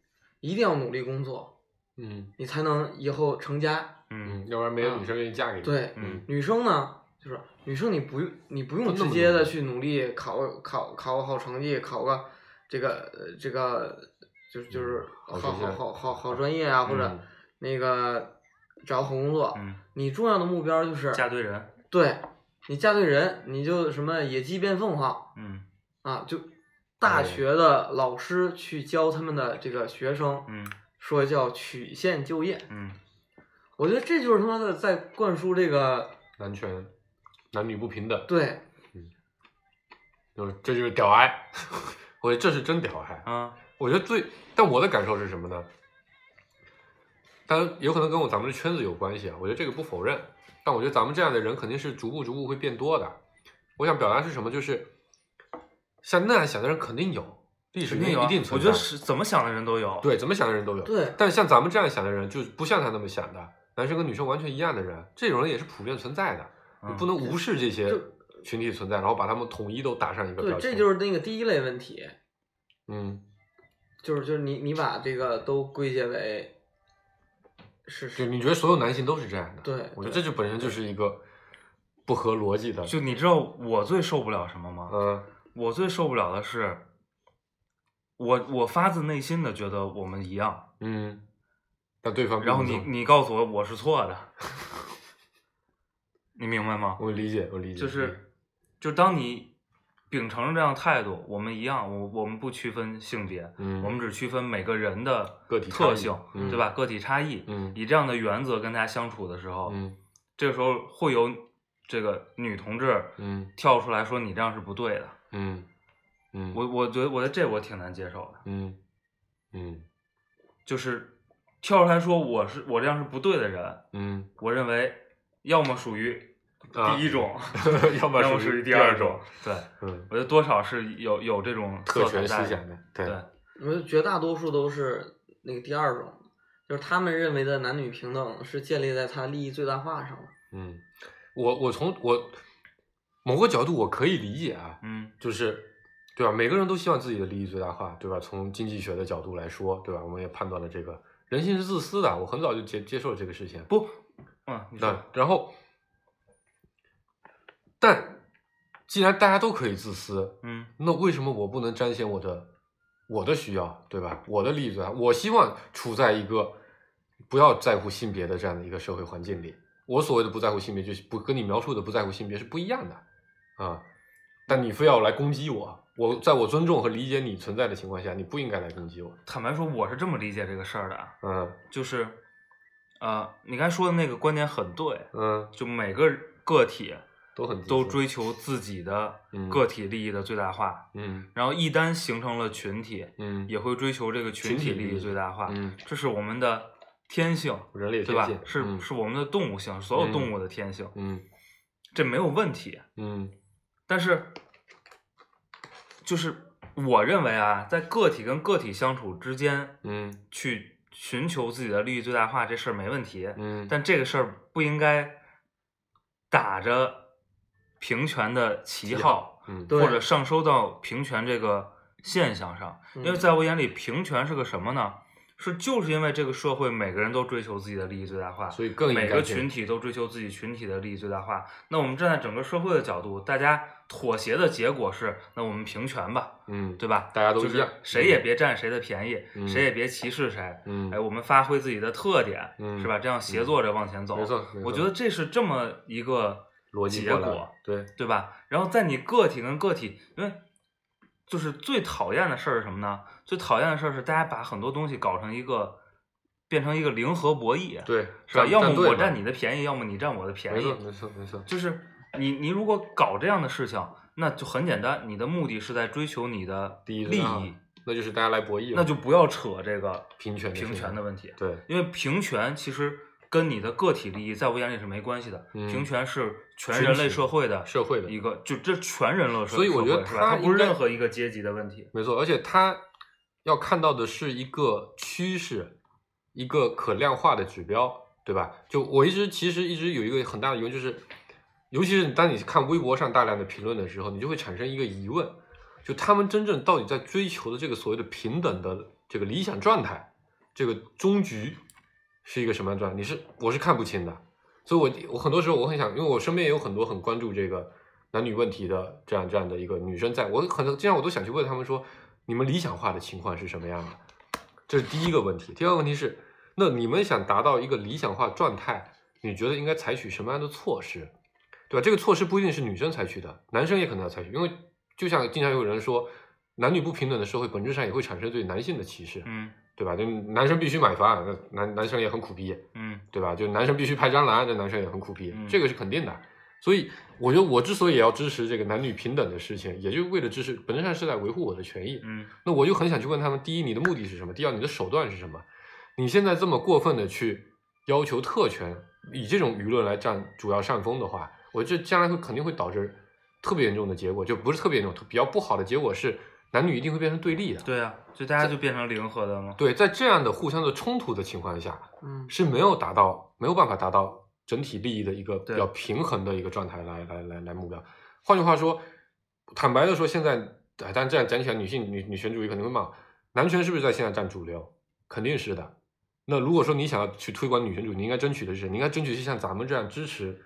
Speaker 2: 一定要努力工作，
Speaker 3: 嗯
Speaker 2: 你才能以后成家。
Speaker 4: 嗯
Speaker 3: 嗯，要不然没有女生愿意嫁给你。
Speaker 2: 对，
Speaker 3: 嗯，
Speaker 2: 女生呢，就是女生你不用你不用
Speaker 3: 真的
Speaker 2: 直
Speaker 3: 不
Speaker 2: 接的
Speaker 3: 用
Speaker 2: 去努力考考考个好成绩，考个这个呃这个就是就是好
Speaker 3: 好
Speaker 2: 好
Speaker 3: 学校
Speaker 2: 好好好专业啊，或者
Speaker 3: 嗯
Speaker 2: 那个找好工作。
Speaker 4: 嗯，
Speaker 2: 你重要的目标就是
Speaker 4: 嫁对人，
Speaker 2: 对你嫁对人，你就什么野鸡变凤凰
Speaker 4: 嗯
Speaker 2: 啊，就大学的老师去教他们的这个学生，
Speaker 4: 嗯
Speaker 2: 说叫曲线就业。
Speaker 4: 嗯
Speaker 2: 我觉得这就是他妈的在灌输这个
Speaker 3: 男权、男女不平等，
Speaker 2: 对
Speaker 3: 就是这就是屌癌， 我觉得这是真屌癌。
Speaker 4: 啊
Speaker 3: 我觉得最，但我的感受是什么呢？当然有可能跟我咱们的圈子有关系啊，我觉得这个不否认。但我觉得咱们这样的人肯定是逐步逐步会变多的。我想表达是什么？就是像那样想的人肯定有，历史
Speaker 4: 肯定
Speaker 3: 原因
Speaker 4: 有啊，
Speaker 3: 一定存
Speaker 4: 我
Speaker 3: 在。
Speaker 4: 觉得是怎么想的人都有。
Speaker 3: 对，怎么想的人都有。
Speaker 2: 对
Speaker 3: 但像咱们这样想的人，就不像他那么想的，男生跟女生完全一样的人，这种人也是普遍存在的。
Speaker 4: 嗯，
Speaker 3: 你不能无视这些
Speaker 2: 就
Speaker 3: 群体存在，然后把他们统一都打上一个标
Speaker 2: 对，
Speaker 3: 签。
Speaker 2: 这就是那个第一类问题，
Speaker 3: 嗯，
Speaker 2: 就是就是你你把这个都归结为是，
Speaker 3: 就是你觉得所有男性都是这样的？
Speaker 2: 对
Speaker 3: 我觉得这就本身就是一个不合逻辑的。
Speaker 4: 就你知道我最受不了什么吗？
Speaker 3: 嗯
Speaker 4: 我最受不了的是，我我发自内心的觉得我们一样，
Speaker 3: 嗯，但对方并
Speaker 4: 然后
Speaker 3: 不
Speaker 4: 你
Speaker 3: 这么
Speaker 4: 你告诉我我是错的， 你明白吗？
Speaker 3: 我理解，我理解，
Speaker 4: 就是，就当你秉承这样态度，我们一样，我我们不区分性别，
Speaker 3: 嗯，
Speaker 4: 我们只区分每个人的
Speaker 3: 个体差
Speaker 4: 特
Speaker 3: 异
Speaker 4: 性，
Speaker 3: 嗯
Speaker 4: 对吧？个体差异，
Speaker 3: 嗯
Speaker 4: 以这样的原则跟大家相处的时候，
Speaker 3: 嗯
Speaker 4: 这个时候会有这个女同志
Speaker 3: 嗯
Speaker 4: 跳出来说你这样是不对的。
Speaker 3: 嗯嗯，
Speaker 4: 我我觉得我觉得这我挺难接受的，
Speaker 3: 嗯嗯
Speaker 4: 就是跳出来说我是我这样是不对的人，
Speaker 3: 嗯，
Speaker 4: 我认为要么属于
Speaker 3: 啊
Speaker 4: 第一 种，
Speaker 3: 要么
Speaker 4: 么
Speaker 3: 属于
Speaker 4: 于
Speaker 3: 第二
Speaker 4: 二
Speaker 3: 种，
Speaker 4: 对
Speaker 3: 嗯，
Speaker 4: 我觉得多少是有有这种
Speaker 3: 特
Speaker 4: 色彩
Speaker 3: 权
Speaker 4: 在
Speaker 3: 思想的，对
Speaker 4: 对，
Speaker 2: 我觉得绝大多数都是那个第二种，就是他们认为的男女平等是建立在他利益最大化上的。
Speaker 3: 嗯，我我从我某个角度我可以理解啊，
Speaker 4: 嗯
Speaker 3: 就是对吧？每个人都希望自己的利益最大化，对吧？从经济学的角度来说，对吧？我们也判断了这个人性是自私的，我很早就接接受了这个事情。
Speaker 4: 不，嗯，你
Speaker 3: 那
Speaker 4: 说
Speaker 3: 然后，但既然大家都可以自私，
Speaker 4: 嗯
Speaker 3: 那为什么我不能彰显我的我的需要，对吧？我的利益最大，我希望处在一个不要在乎性别的这样的一个社会环境里。我所谓的不在乎性别，就是不跟你描述的不在乎性别是不一样的啊、但你非要来攻击我，我在我尊重和理解你存在的情况下，你不应该来攻击我。
Speaker 4: 坦白说我是这么理解这个事儿的啊，
Speaker 3: 嗯
Speaker 4: 就是呃，你刚才说的那个观点很对，
Speaker 3: 嗯，
Speaker 4: 就每个个体
Speaker 3: 都很自私
Speaker 4: 都追求自己的
Speaker 3: 嗯
Speaker 4: 个体利益的最大化，
Speaker 3: 嗯
Speaker 4: 然后一旦形成了群体，
Speaker 3: 嗯
Speaker 4: 也会追求这个群体
Speaker 3: 群体利
Speaker 4: 利
Speaker 3: 益
Speaker 4: 益最大化，
Speaker 3: 嗯，
Speaker 4: 这是我们的天性，
Speaker 3: 人类
Speaker 4: 对
Speaker 3: 天
Speaker 4: 吧
Speaker 3: 性？
Speaker 4: 是、
Speaker 3: 嗯
Speaker 4: 是我们的动物性，所有动物的天性，
Speaker 3: 嗯
Speaker 4: 这没有问题。
Speaker 3: 嗯
Speaker 4: 但是，就是我认为啊，在个体跟个体相处之间，
Speaker 3: 嗯
Speaker 4: 去寻求自己的利益最大化，这事儿没问题。
Speaker 3: 嗯，
Speaker 4: 但这个事儿不应该打着平权的旗号，
Speaker 3: 嗯
Speaker 2: 对
Speaker 4: 或者上升到平权这个现象上，因为
Speaker 2: 嗯
Speaker 4: 在我眼里，平权是个什么呢？是就是因为这个社会每个人都追求自己的利益最大化，
Speaker 3: 啊所以更应
Speaker 4: 每
Speaker 3: 该
Speaker 4: 个
Speaker 3: 这
Speaker 4: 群
Speaker 3: 样
Speaker 4: 体都追求自己群体的利益最大化。那我们站在整个社会的角度，大家妥协的结果是，那我们平权吧，
Speaker 3: 嗯
Speaker 4: 对吧？
Speaker 3: 大家都
Speaker 4: 就
Speaker 3: 一
Speaker 4: 是
Speaker 3: 样
Speaker 4: 谁也别占谁的便宜，
Speaker 3: 嗯
Speaker 4: 谁也别歧视谁。
Speaker 3: 嗯
Speaker 4: 哎，我们发挥自己的特点，
Speaker 3: 嗯
Speaker 4: 是吧？这样协作着往前走。
Speaker 3: 没错没
Speaker 4: 我
Speaker 3: 错
Speaker 4: 觉得这是这么一个
Speaker 3: 逻辑
Speaker 4: 结
Speaker 3: 过来
Speaker 4: 果，
Speaker 3: 对
Speaker 4: 对吧？然后在你个体跟个体，因为就是最讨厌的事儿是什么呢？最讨厌的事儿是大家把很多东西搞成一个变成一个零和博弈，
Speaker 3: 对
Speaker 4: 是吧？要么我占
Speaker 3: 你
Speaker 4: 你的便宜，要么你占我的便
Speaker 3: 没错
Speaker 4: 宜，
Speaker 3: 没错没错，
Speaker 4: 就是你你如果搞这样的事情，那就很简单，你的目的是在追求你的
Speaker 3: 第一
Speaker 4: 利
Speaker 3: 啊
Speaker 4: 益，
Speaker 3: 那就是大家来博弈嘛，
Speaker 4: 那就不要扯这个
Speaker 3: 平权
Speaker 4: 平权的
Speaker 3: 问
Speaker 4: 问题。
Speaker 3: 对
Speaker 4: 因为平权其实跟你的个体利益，在我眼里是没关系的。
Speaker 3: 嗯
Speaker 4: 平权是全
Speaker 3: 群
Speaker 4: 人类
Speaker 3: 体
Speaker 4: 社会的
Speaker 3: 社会的
Speaker 4: 一个，就这全人类社
Speaker 3: 所以我觉得
Speaker 4: 社会是吧
Speaker 3: 他
Speaker 4: 它不是
Speaker 3: 应该
Speaker 4: 任何一个阶级的问题。
Speaker 3: 没错，而且他要看到的是一个趋势，一个可量化的指标，对吧？就我一直其实一直有一个很大的疑问，就是尤其是当你看微博上大量的评论的时候，你就会产生一个疑问，就他们真正到底在追求的这个所谓的平等的这个理想状态，这个终局是一个什么样的状态？你是我是看不清的，所以我我很多时候我很想，因为我身边也有很多很关注这个男女问题的这样这样的一个女生在，我很经常我都想去问他们说，你们理想化的情况是什么样的？这是第一个问题。第二个问题是，那你们想达到一个理想化状态，你觉得应该采取什么样的措施？对吧？这个措施不一定是女生采取的，男生也可能要采取，因为就像经常有人说，男女不平等的社会本质上也会产生对男性的歧视，
Speaker 4: 嗯
Speaker 3: 对吧？就男生必须买房，那男男生也很苦逼，
Speaker 4: 嗯
Speaker 3: 对吧？就男生必须拍蟑螂，这男生也很苦逼，
Speaker 4: 嗯
Speaker 3: 这个是肯定的。所以我觉得我之所以也要支持这个男女平等的事情，也就是为了支持，本质上是在维护我的权益。
Speaker 4: 嗯
Speaker 3: 那我就很想去问他们：第一，你的目的是什么？第二，你的手段是什么？你现在这么过分的去要求特权，以这种舆论来占主要上风的话，我这将来会肯定会导致特别严重的结果，就不是特别严重，比较不好的结果是男女一定会变成对立的。
Speaker 4: 对啊，就大家就变成零和的了。
Speaker 3: 对，在这样的互相的冲突的情况下，
Speaker 2: 嗯，
Speaker 3: 是没有达到没有办法达到整体利益的一个比
Speaker 4: 对
Speaker 3: 较平衡的一个状态来来来来目标。换句话说，坦白的说，现在哎，但这样讲起来，女性女女权主义肯定会骂男权是不是在现在占主流？肯定是的。那如果说你想要去推广女权主义，你应该争取的是谁？你应该争取是像咱们这样支持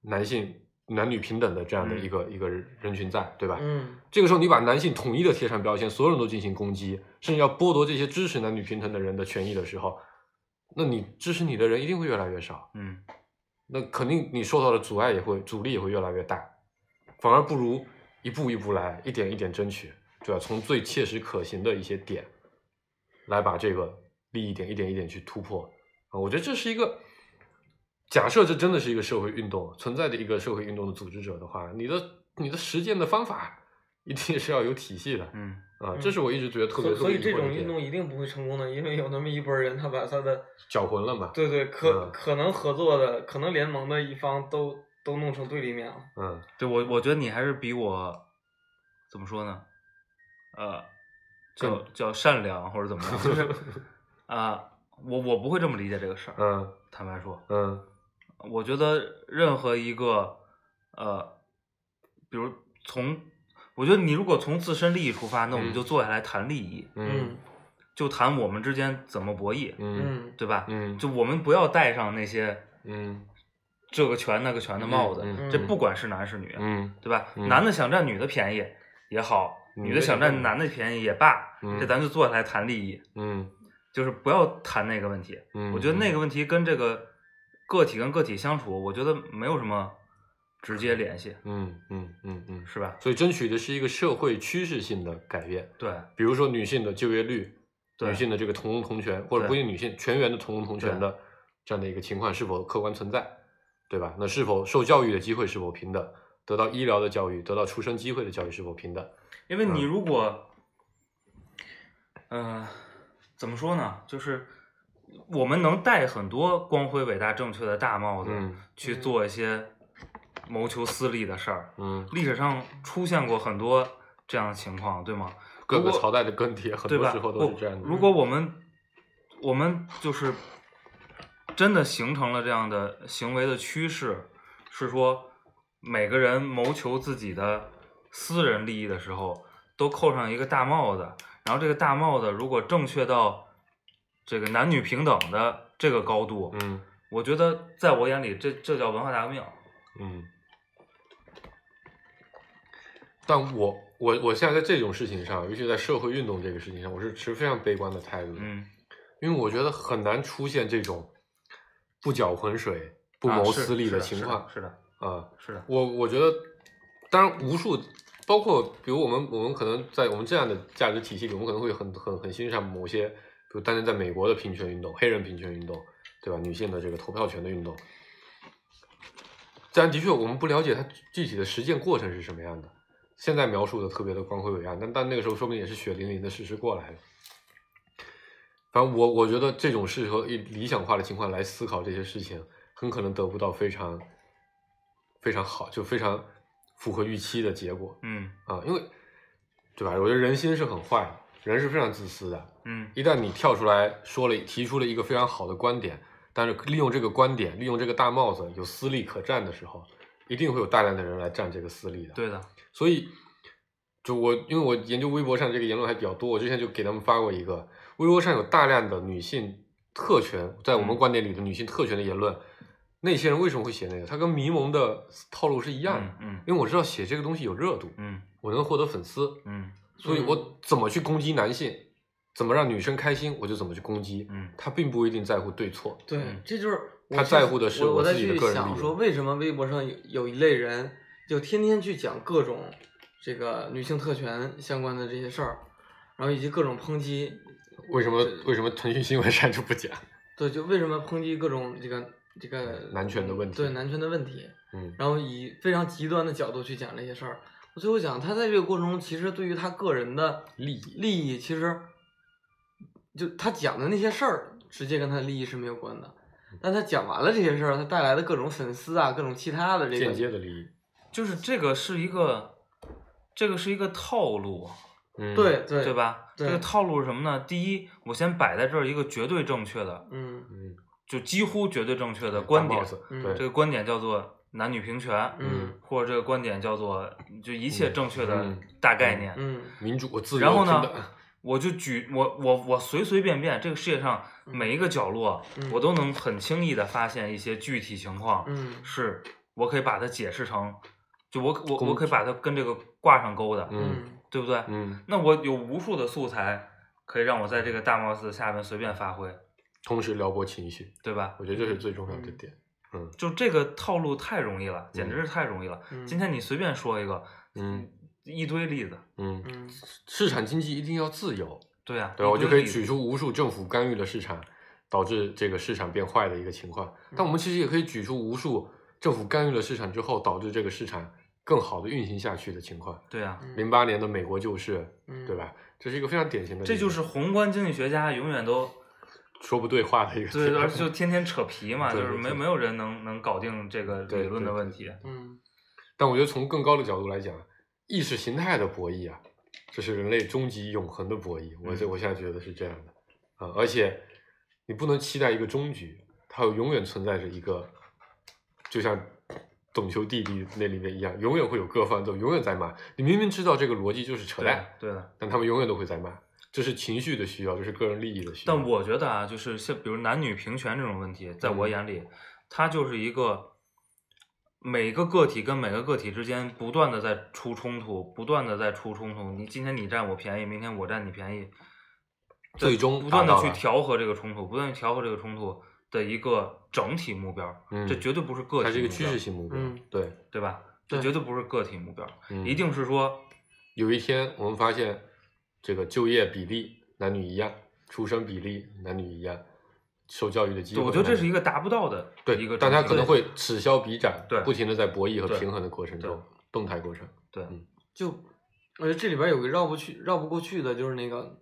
Speaker 3: 男性男女平等的这样的一个、一个人群在，对吧？
Speaker 2: 嗯，
Speaker 3: 这个时候你把男性统一的贴上标签，所有人都进行攻击，甚至要剥夺这些支持男女平等的人的权益的时候，那你支持你的人一定会越来越少，
Speaker 4: 嗯
Speaker 3: 那肯定你受到的阻碍也会阻力也会越来越大，反而不如一步一步来，一点一点争取，对吧？从最切实可行的一些点，来把这个利益点一点一点去突破啊！我觉得这是一个假设，这真的是一个社会运动存在的一个社会运动的组织者的话，你的你的实践的方法一定是要有体系的
Speaker 4: 嗯，
Speaker 3: 啊！这是我一直觉得特别
Speaker 2: 所所以这种
Speaker 3: 运
Speaker 2: 运动一定不会成功的，因为有那么一拨人，他把他的
Speaker 3: 搅浑了嘛，
Speaker 2: 对对可
Speaker 3: 嗯
Speaker 2: 可能合作的、可能联盟的一方都都弄成对立面了。
Speaker 3: 嗯
Speaker 4: 对我我觉得你还是比我怎么说呢？呃，叫叫善良或者怎么样，就是 啊、我我不会这么理解这个事儿。
Speaker 3: 嗯
Speaker 4: 坦白说，
Speaker 3: 嗯
Speaker 4: 我觉得任何一个呃，比如从我觉得你如果从自身利益出发，那我们
Speaker 3: 嗯
Speaker 4: 就坐下来谈利益，就谈我们之间怎么博弈，
Speaker 3: 嗯
Speaker 2: 嗯
Speaker 4: 对吧？
Speaker 3: 嗯
Speaker 4: 就我们不要戴上那些
Speaker 3: 嗯
Speaker 4: 这个权那个权的帽子，
Speaker 3: 嗯
Speaker 4: 这
Speaker 2: 嗯
Speaker 4: 不管是男是女，
Speaker 3: 嗯
Speaker 4: 对吧？
Speaker 3: 嗯
Speaker 4: 男的想占女的便宜也好，
Speaker 3: 嗯
Speaker 4: 女的想占男的便宜也罢，
Speaker 3: 嗯
Speaker 4: 这咱就坐下来谈利益，
Speaker 3: 嗯
Speaker 4: 就是不要谈那个问题。
Speaker 3: 嗯，
Speaker 4: 我觉得那个问题跟这个个体跟个体相处，我觉得没有什么直接联系，
Speaker 3: 嗯嗯嗯嗯
Speaker 4: 是吧？
Speaker 3: 所以争取的是一个社会趋势性的改变，
Speaker 4: 对
Speaker 3: 比如说女性的就业率、
Speaker 4: 对
Speaker 3: 女性的这个同工同权，或者
Speaker 4: 对
Speaker 3: 不一定女性全员的同工同权的这样的一个情况是否客观存在，对吧？那是否受教育的机会是否平等？得到医疗的教育，得到出生机会的教育是否平等？
Speaker 4: 因为你如果，嗯、怎么说呢？就是我们能戴很多光辉、伟大、正确的大帽子，
Speaker 3: 嗯
Speaker 4: 去做一些谋求私利的事儿。
Speaker 3: 嗯，
Speaker 4: 历史上出现过很多这样的情况，对吗？
Speaker 3: 各个
Speaker 4: 如果
Speaker 3: 朝代的更迭，很
Speaker 4: 对
Speaker 3: 多
Speaker 4: 吧？
Speaker 3: 时候都是
Speaker 4: 不
Speaker 3: 这样的。嗯
Speaker 4: 如果我们我们就是真的形成了这样的行为的趋势，是说每个人谋求自己的私人利益的时候，都扣上一个大帽子，然后这个大帽子如果正确到这个男女平等的这个高度，
Speaker 3: 嗯
Speaker 4: 我觉得在我眼里这这叫文化大革命。
Speaker 3: 嗯，但我我我现在在这种事情上，尤其在社会运动这个事情上，我是持非常悲观的态度的。
Speaker 4: 嗯，
Speaker 3: 因为我觉得很难出现这种不搅浑水、不
Speaker 4: 啊
Speaker 3: 谋
Speaker 4: 是
Speaker 3: 私利
Speaker 4: 是的
Speaker 3: 情况
Speaker 4: 是的，
Speaker 3: 啊、
Speaker 4: 是的，是的
Speaker 3: 我我觉得，当然无数，包括比如我们我们可能在我们这样的价值体系里，我们可能会很很很欣赏某些，比如当年在美国的平权运动、黑人平权运动，对吧？女性的这个投票权的运动，但的确我们不了解它具体的实践过程是什么样的。现在描述的特别的光辉伟岸，但但那个时候说不定也是血淋淋的事实过来的。反正我我觉得这种适合以理想化的情况来思考这些事情，很可能得不到非常非常好，就非常符合预期的结果
Speaker 4: 嗯
Speaker 3: 啊，因为对吧？我觉得人心是很坏的，人是非常自私的。
Speaker 4: 嗯
Speaker 3: 一旦你跳出来说了，提出了一个非常好的观点，但是利用这个观点，利用这个大帽子有私利可占的时候，一定会有大量的人来占这个私利的。
Speaker 4: 对的，
Speaker 3: 所以，就我因为我研究微博上这个言论还比较多，我之前就给他们发过一个，微博上有大量的女性特权，在我们
Speaker 4: 嗯
Speaker 3: 观点里的女性特权的言论，那些人为什么会写那个？他跟迷蒙的套路是一样的，
Speaker 4: 嗯嗯
Speaker 3: 因为我知道写这个东西有热度，
Speaker 4: 嗯
Speaker 3: 我能获得粉丝，
Speaker 4: 嗯
Speaker 3: 所以
Speaker 2: 嗯
Speaker 3: 我怎么去攻击男性，怎么让女生开心，我就怎么去攻击，
Speaker 4: 嗯
Speaker 3: 他并不一定在乎对错，
Speaker 2: 对
Speaker 4: 嗯，
Speaker 2: 这就是我
Speaker 3: 他
Speaker 2: 去
Speaker 3: 在乎的是
Speaker 2: 我
Speaker 3: 我
Speaker 2: 在
Speaker 3: 自己的
Speaker 2: 去
Speaker 3: 个人利
Speaker 2: 想
Speaker 3: 益
Speaker 2: 说，为什么微博上有有一类人就天天去讲各种这个女性特权相关的这些事儿，然后以及各种抨击，
Speaker 3: 为什么为什么腾讯新闻删除不讲？
Speaker 2: 对，就为什么抨击各种这个这个
Speaker 3: 男权的问题
Speaker 2: 对男权的问题，
Speaker 3: 嗯，
Speaker 2: 然后以非常极端的角度去讲这些事儿。我最后想，他在这个过程中，其实对于他个人的
Speaker 3: 利益
Speaker 2: 利益，其实就他讲的那些事儿，直接跟他的利益是没有关的。但他讲完了这些事儿，他带来的各种粉丝啊，各种其他的这
Speaker 3: 间
Speaker 2: 个，
Speaker 3: 接的利益。
Speaker 4: 就是这个是一个，这个是一个套路，啊
Speaker 3: 嗯，
Speaker 2: 对对
Speaker 4: 对？吧？
Speaker 2: 对
Speaker 4: 这个套路是什么呢？第一，我先摆在这儿一个绝对正确的，
Speaker 2: 嗯
Speaker 3: 嗯，
Speaker 4: 就几乎绝对正确的
Speaker 3: 的
Speaker 4: 观点，
Speaker 2: 嗯
Speaker 3: 对
Speaker 4: 这个观点叫做男女平权，
Speaker 2: 嗯
Speaker 4: 或者这个观点叫做就一切正确的
Speaker 3: 嗯
Speaker 4: 大概念。
Speaker 2: 嗯
Speaker 3: 民主自由
Speaker 4: 然后呢
Speaker 3: 平等，
Speaker 4: 我就举我我我随随便便这个世界上每一个角落，
Speaker 2: 嗯
Speaker 4: 我都能很轻易的发现一些具体情况，
Speaker 2: 嗯
Speaker 4: 是我可以把它解释成，就我我
Speaker 3: 公
Speaker 4: 我可以把它跟这个挂上钩的，
Speaker 3: 嗯
Speaker 2: 嗯
Speaker 4: 对不对？
Speaker 3: 嗯，
Speaker 4: 那我有无数的素材可以让我在这个大帽子下面随便发挥，
Speaker 3: 同时撩拨情绪，
Speaker 4: 对吧？
Speaker 3: 我觉得这是最重要的
Speaker 2: 嗯
Speaker 3: 点。
Speaker 4: 就这个套路太容易了，简直是太容易了。
Speaker 2: 嗯
Speaker 4: 今天你随便说一个，
Speaker 3: 嗯，
Speaker 4: 一堆例子，
Speaker 3: 嗯，
Speaker 2: 嗯
Speaker 3: 市场经济一定要自由，
Speaker 4: 对呀、
Speaker 3: 对吧，
Speaker 4: 一
Speaker 3: 啊我就
Speaker 4: 堆
Speaker 3: 可以
Speaker 4: 例子
Speaker 3: 举出无数政府干预了市场，导致这个市场变坏的一个情况。
Speaker 4: 嗯
Speaker 3: 但我们其实也可以举出无数政府干预了市场之后，导致这个市场更好的运行下去的情况。
Speaker 4: 对啊呀、
Speaker 3: 零八年的美国就是，
Speaker 2: 嗯，
Speaker 3: 对？吧？这是一个非常典型的例子，
Speaker 4: 这就是宏观经济学家永远 都
Speaker 3: 说不对话的一个情
Speaker 4: 对，
Speaker 3: 况。
Speaker 4: 而且就天天扯皮嘛，就
Speaker 3: 对
Speaker 4: 是
Speaker 3: 对
Speaker 4: 没
Speaker 3: 对
Speaker 4: 没有人能能搞定这个
Speaker 3: 对
Speaker 4: 理论
Speaker 3: 对
Speaker 4: 的
Speaker 3: 对
Speaker 4: 问
Speaker 3: 对
Speaker 4: 题。
Speaker 2: 嗯
Speaker 3: 但我觉得从更高的角度来讲，意识形态的博弈啊，这是人类终极永恒的博弈。我这
Speaker 4: 嗯
Speaker 3: 我现在觉得是这样的啊、而且你不能期待一个终局，它永远存在着一个，就像懂球弟弟那里面一样，永远会有各方都永远在骂。你明明知道这个逻辑就是扯
Speaker 4: 对啊
Speaker 3: 淡，
Speaker 4: 对的。
Speaker 3: 但他们永远都会在骂。这是情绪的需要，这是个人利益的需要。
Speaker 4: 但我觉得啊，就是像比如男女平权这种问题，在我
Speaker 3: 嗯
Speaker 4: 眼里，它就是一个每个个体跟每个个体之间不断的在出冲突，不断的在出冲突。你今天你占我便宜，明天我占你便宜，这
Speaker 3: 最终
Speaker 4: 不断的
Speaker 3: 达到
Speaker 4: 去
Speaker 3: 了
Speaker 4: 调和这个冲突，不断地调和这个冲突的一个整体目标。
Speaker 3: 嗯
Speaker 4: 这绝对不是个体目标，
Speaker 3: 它是一个趋势性目标，
Speaker 2: 嗯
Speaker 3: 对。
Speaker 4: 对吧？这
Speaker 2: 对
Speaker 4: 绝对不是个体目标，
Speaker 3: 嗯
Speaker 4: 一定是说
Speaker 3: 有一天我们发现，这个就业比例男女一样，出生比例男女一样，受教育的机会
Speaker 4: 对，
Speaker 3: 男女，
Speaker 4: 我觉得这是一
Speaker 3: 个
Speaker 4: 个达不到的
Speaker 3: 对
Speaker 4: 一个
Speaker 3: 大家
Speaker 4: 整体
Speaker 3: 可能会此消彼长，
Speaker 4: 对
Speaker 3: 不停的在博弈和
Speaker 4: 对
Speaker 3: 平衡的过程中
Speaker 4: 对，
Speaker 3: 动态过程，
Speaker 4: 对
Speaker 2: 就我觉得这里边有个绕不去、绕不过去的，就是那个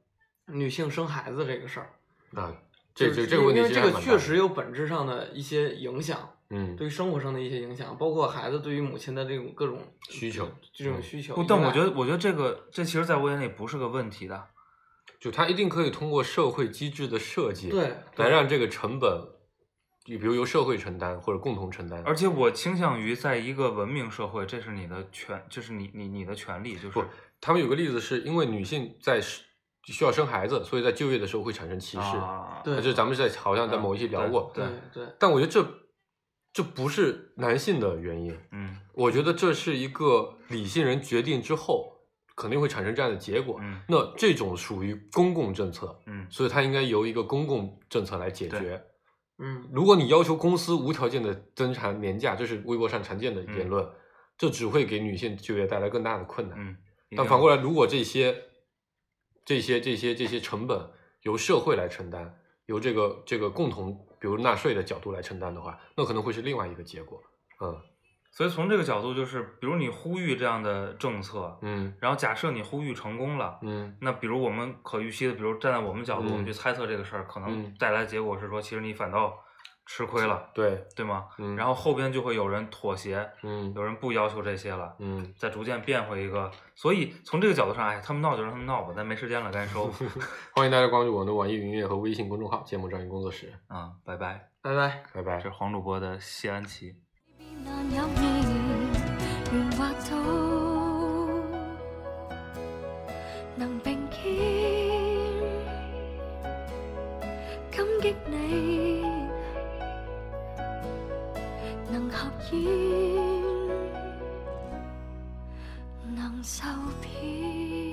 Speaker 2: 女性生孩子这个事儿。
Speaker 3: 啊，
Speaker 2: 就
Speaker 3: 这
Speaker 2: 是
Speaker 3: 这这个问题
Speaker 2: 因
Speaker 3: 其
Speaker 2: 为
Speaker 3: 实
Speaker 2: 这
Speaker 3: 还
Speaker 2: 个
Speaker 3: 蛮大
Speaker 2: 确
Speaker 3: 的
Speaker 2: 实，有本质上的一些影响，
Speaker 3: 嗯，
Speaker 2: 对于生活上的一些影响，包括孩子对于母亲的这种各种
Speaker 3: 需求
Speaker 2: 这种
Speaker 3: 嗯
Speaker 2: 需求
Speaker 4: 不，。但我觉得，我觉得这个这其实在我眼里不是个问题的，
Speaker 3: 就它一定可以通过社会机制的设计，
Speaker 2: 对
Speaker 3: 来让这个成本，就比如由社会承担或者共同承担，
Speaker 4: 而且我倾向于在一个文明社会，这是你的权，这是你你你的权利，就是
Speaker 3: 不他们有个例子是因为女性在是需要生孩子，所以在就业的时候会产生歧视。
Speaker 4: 啊，
Speaker 2: 对
Speaker 3: 就咱们在好像在某一期聊过，
Speaker 2: 对
Speaker 4: 对
Speaker 2: 对，
Speaker 3: 但我觉得这这不是男性的原因，
Speaker 4: 嗯
Speaker 3: 我觉得这是一个理性人决定之后肯定会产生这样的结果。
Speaker 4: 嗯
Speaker 3: 那这种属于公共政策，
Speaker 4: 嗯，
Speaker 3: 所以它应该由一个公共政策来解
Speaker 4: 对
Speaker 3: 决。
Speaker 2: 嗯
Speaker 3: 如果你要求公司无条件的增产年假，这是微博上常见的言论，这只会给女性就业带来更大的困难。
Speaker 4: 嗯，一
Speaker 3: 但
Speaker 4: 定
Speaker 3: 反过来，如果这些、这些、这些、这些成本由社会来承担，由这个这个共同，比如纳税的角度来承担的话，那可能会是另外一个结果。嗯
Speaker 4: 所以从这个角度，就是比如你呼吁这样的政策，
Speaker 3: 嗯
Speaker 4: 然后假设你呼吁成功了，
Speaker 3: 嗯
Speaker 4: 那比如我们可预期的，比如站在我们角度，
Speaker 3: 嗯
Speaker 4: 我们去猜测这个事儿，可能
Speaker 3: 嗯
Speaker 4: 带来结果是说，其实你反倒吃亏了，
Speaker 3: 对，
Speaker 4: 对吗？
Speaker 3: 嗯，
Speaker 4: 然后后边就会有人妥协，
Speaker 3: 嗯
Speaker 4: 有人不要求这些了，
Speaker 3: 嗯，
Speaker 4: 再逐渐变回一个。所以从这个角度上，哎，他们闹就让他们闹吧，咱没时间了，该收
Speaker 3: 欢迎大家关注我们的网易云音乐和微信公众号“节目专业工作室
Speaker 4: 啊、拜拜。
Speaker 2: 拜拜。”，
Speaker 3: 拜
Speaker 4: 这
Speaker 3: 拜
Speaker 4: 是。黄主播的谢安琪。
Speaker 6: 避難有面，願滑倒，能並肩，感激你，能合演，能受騙。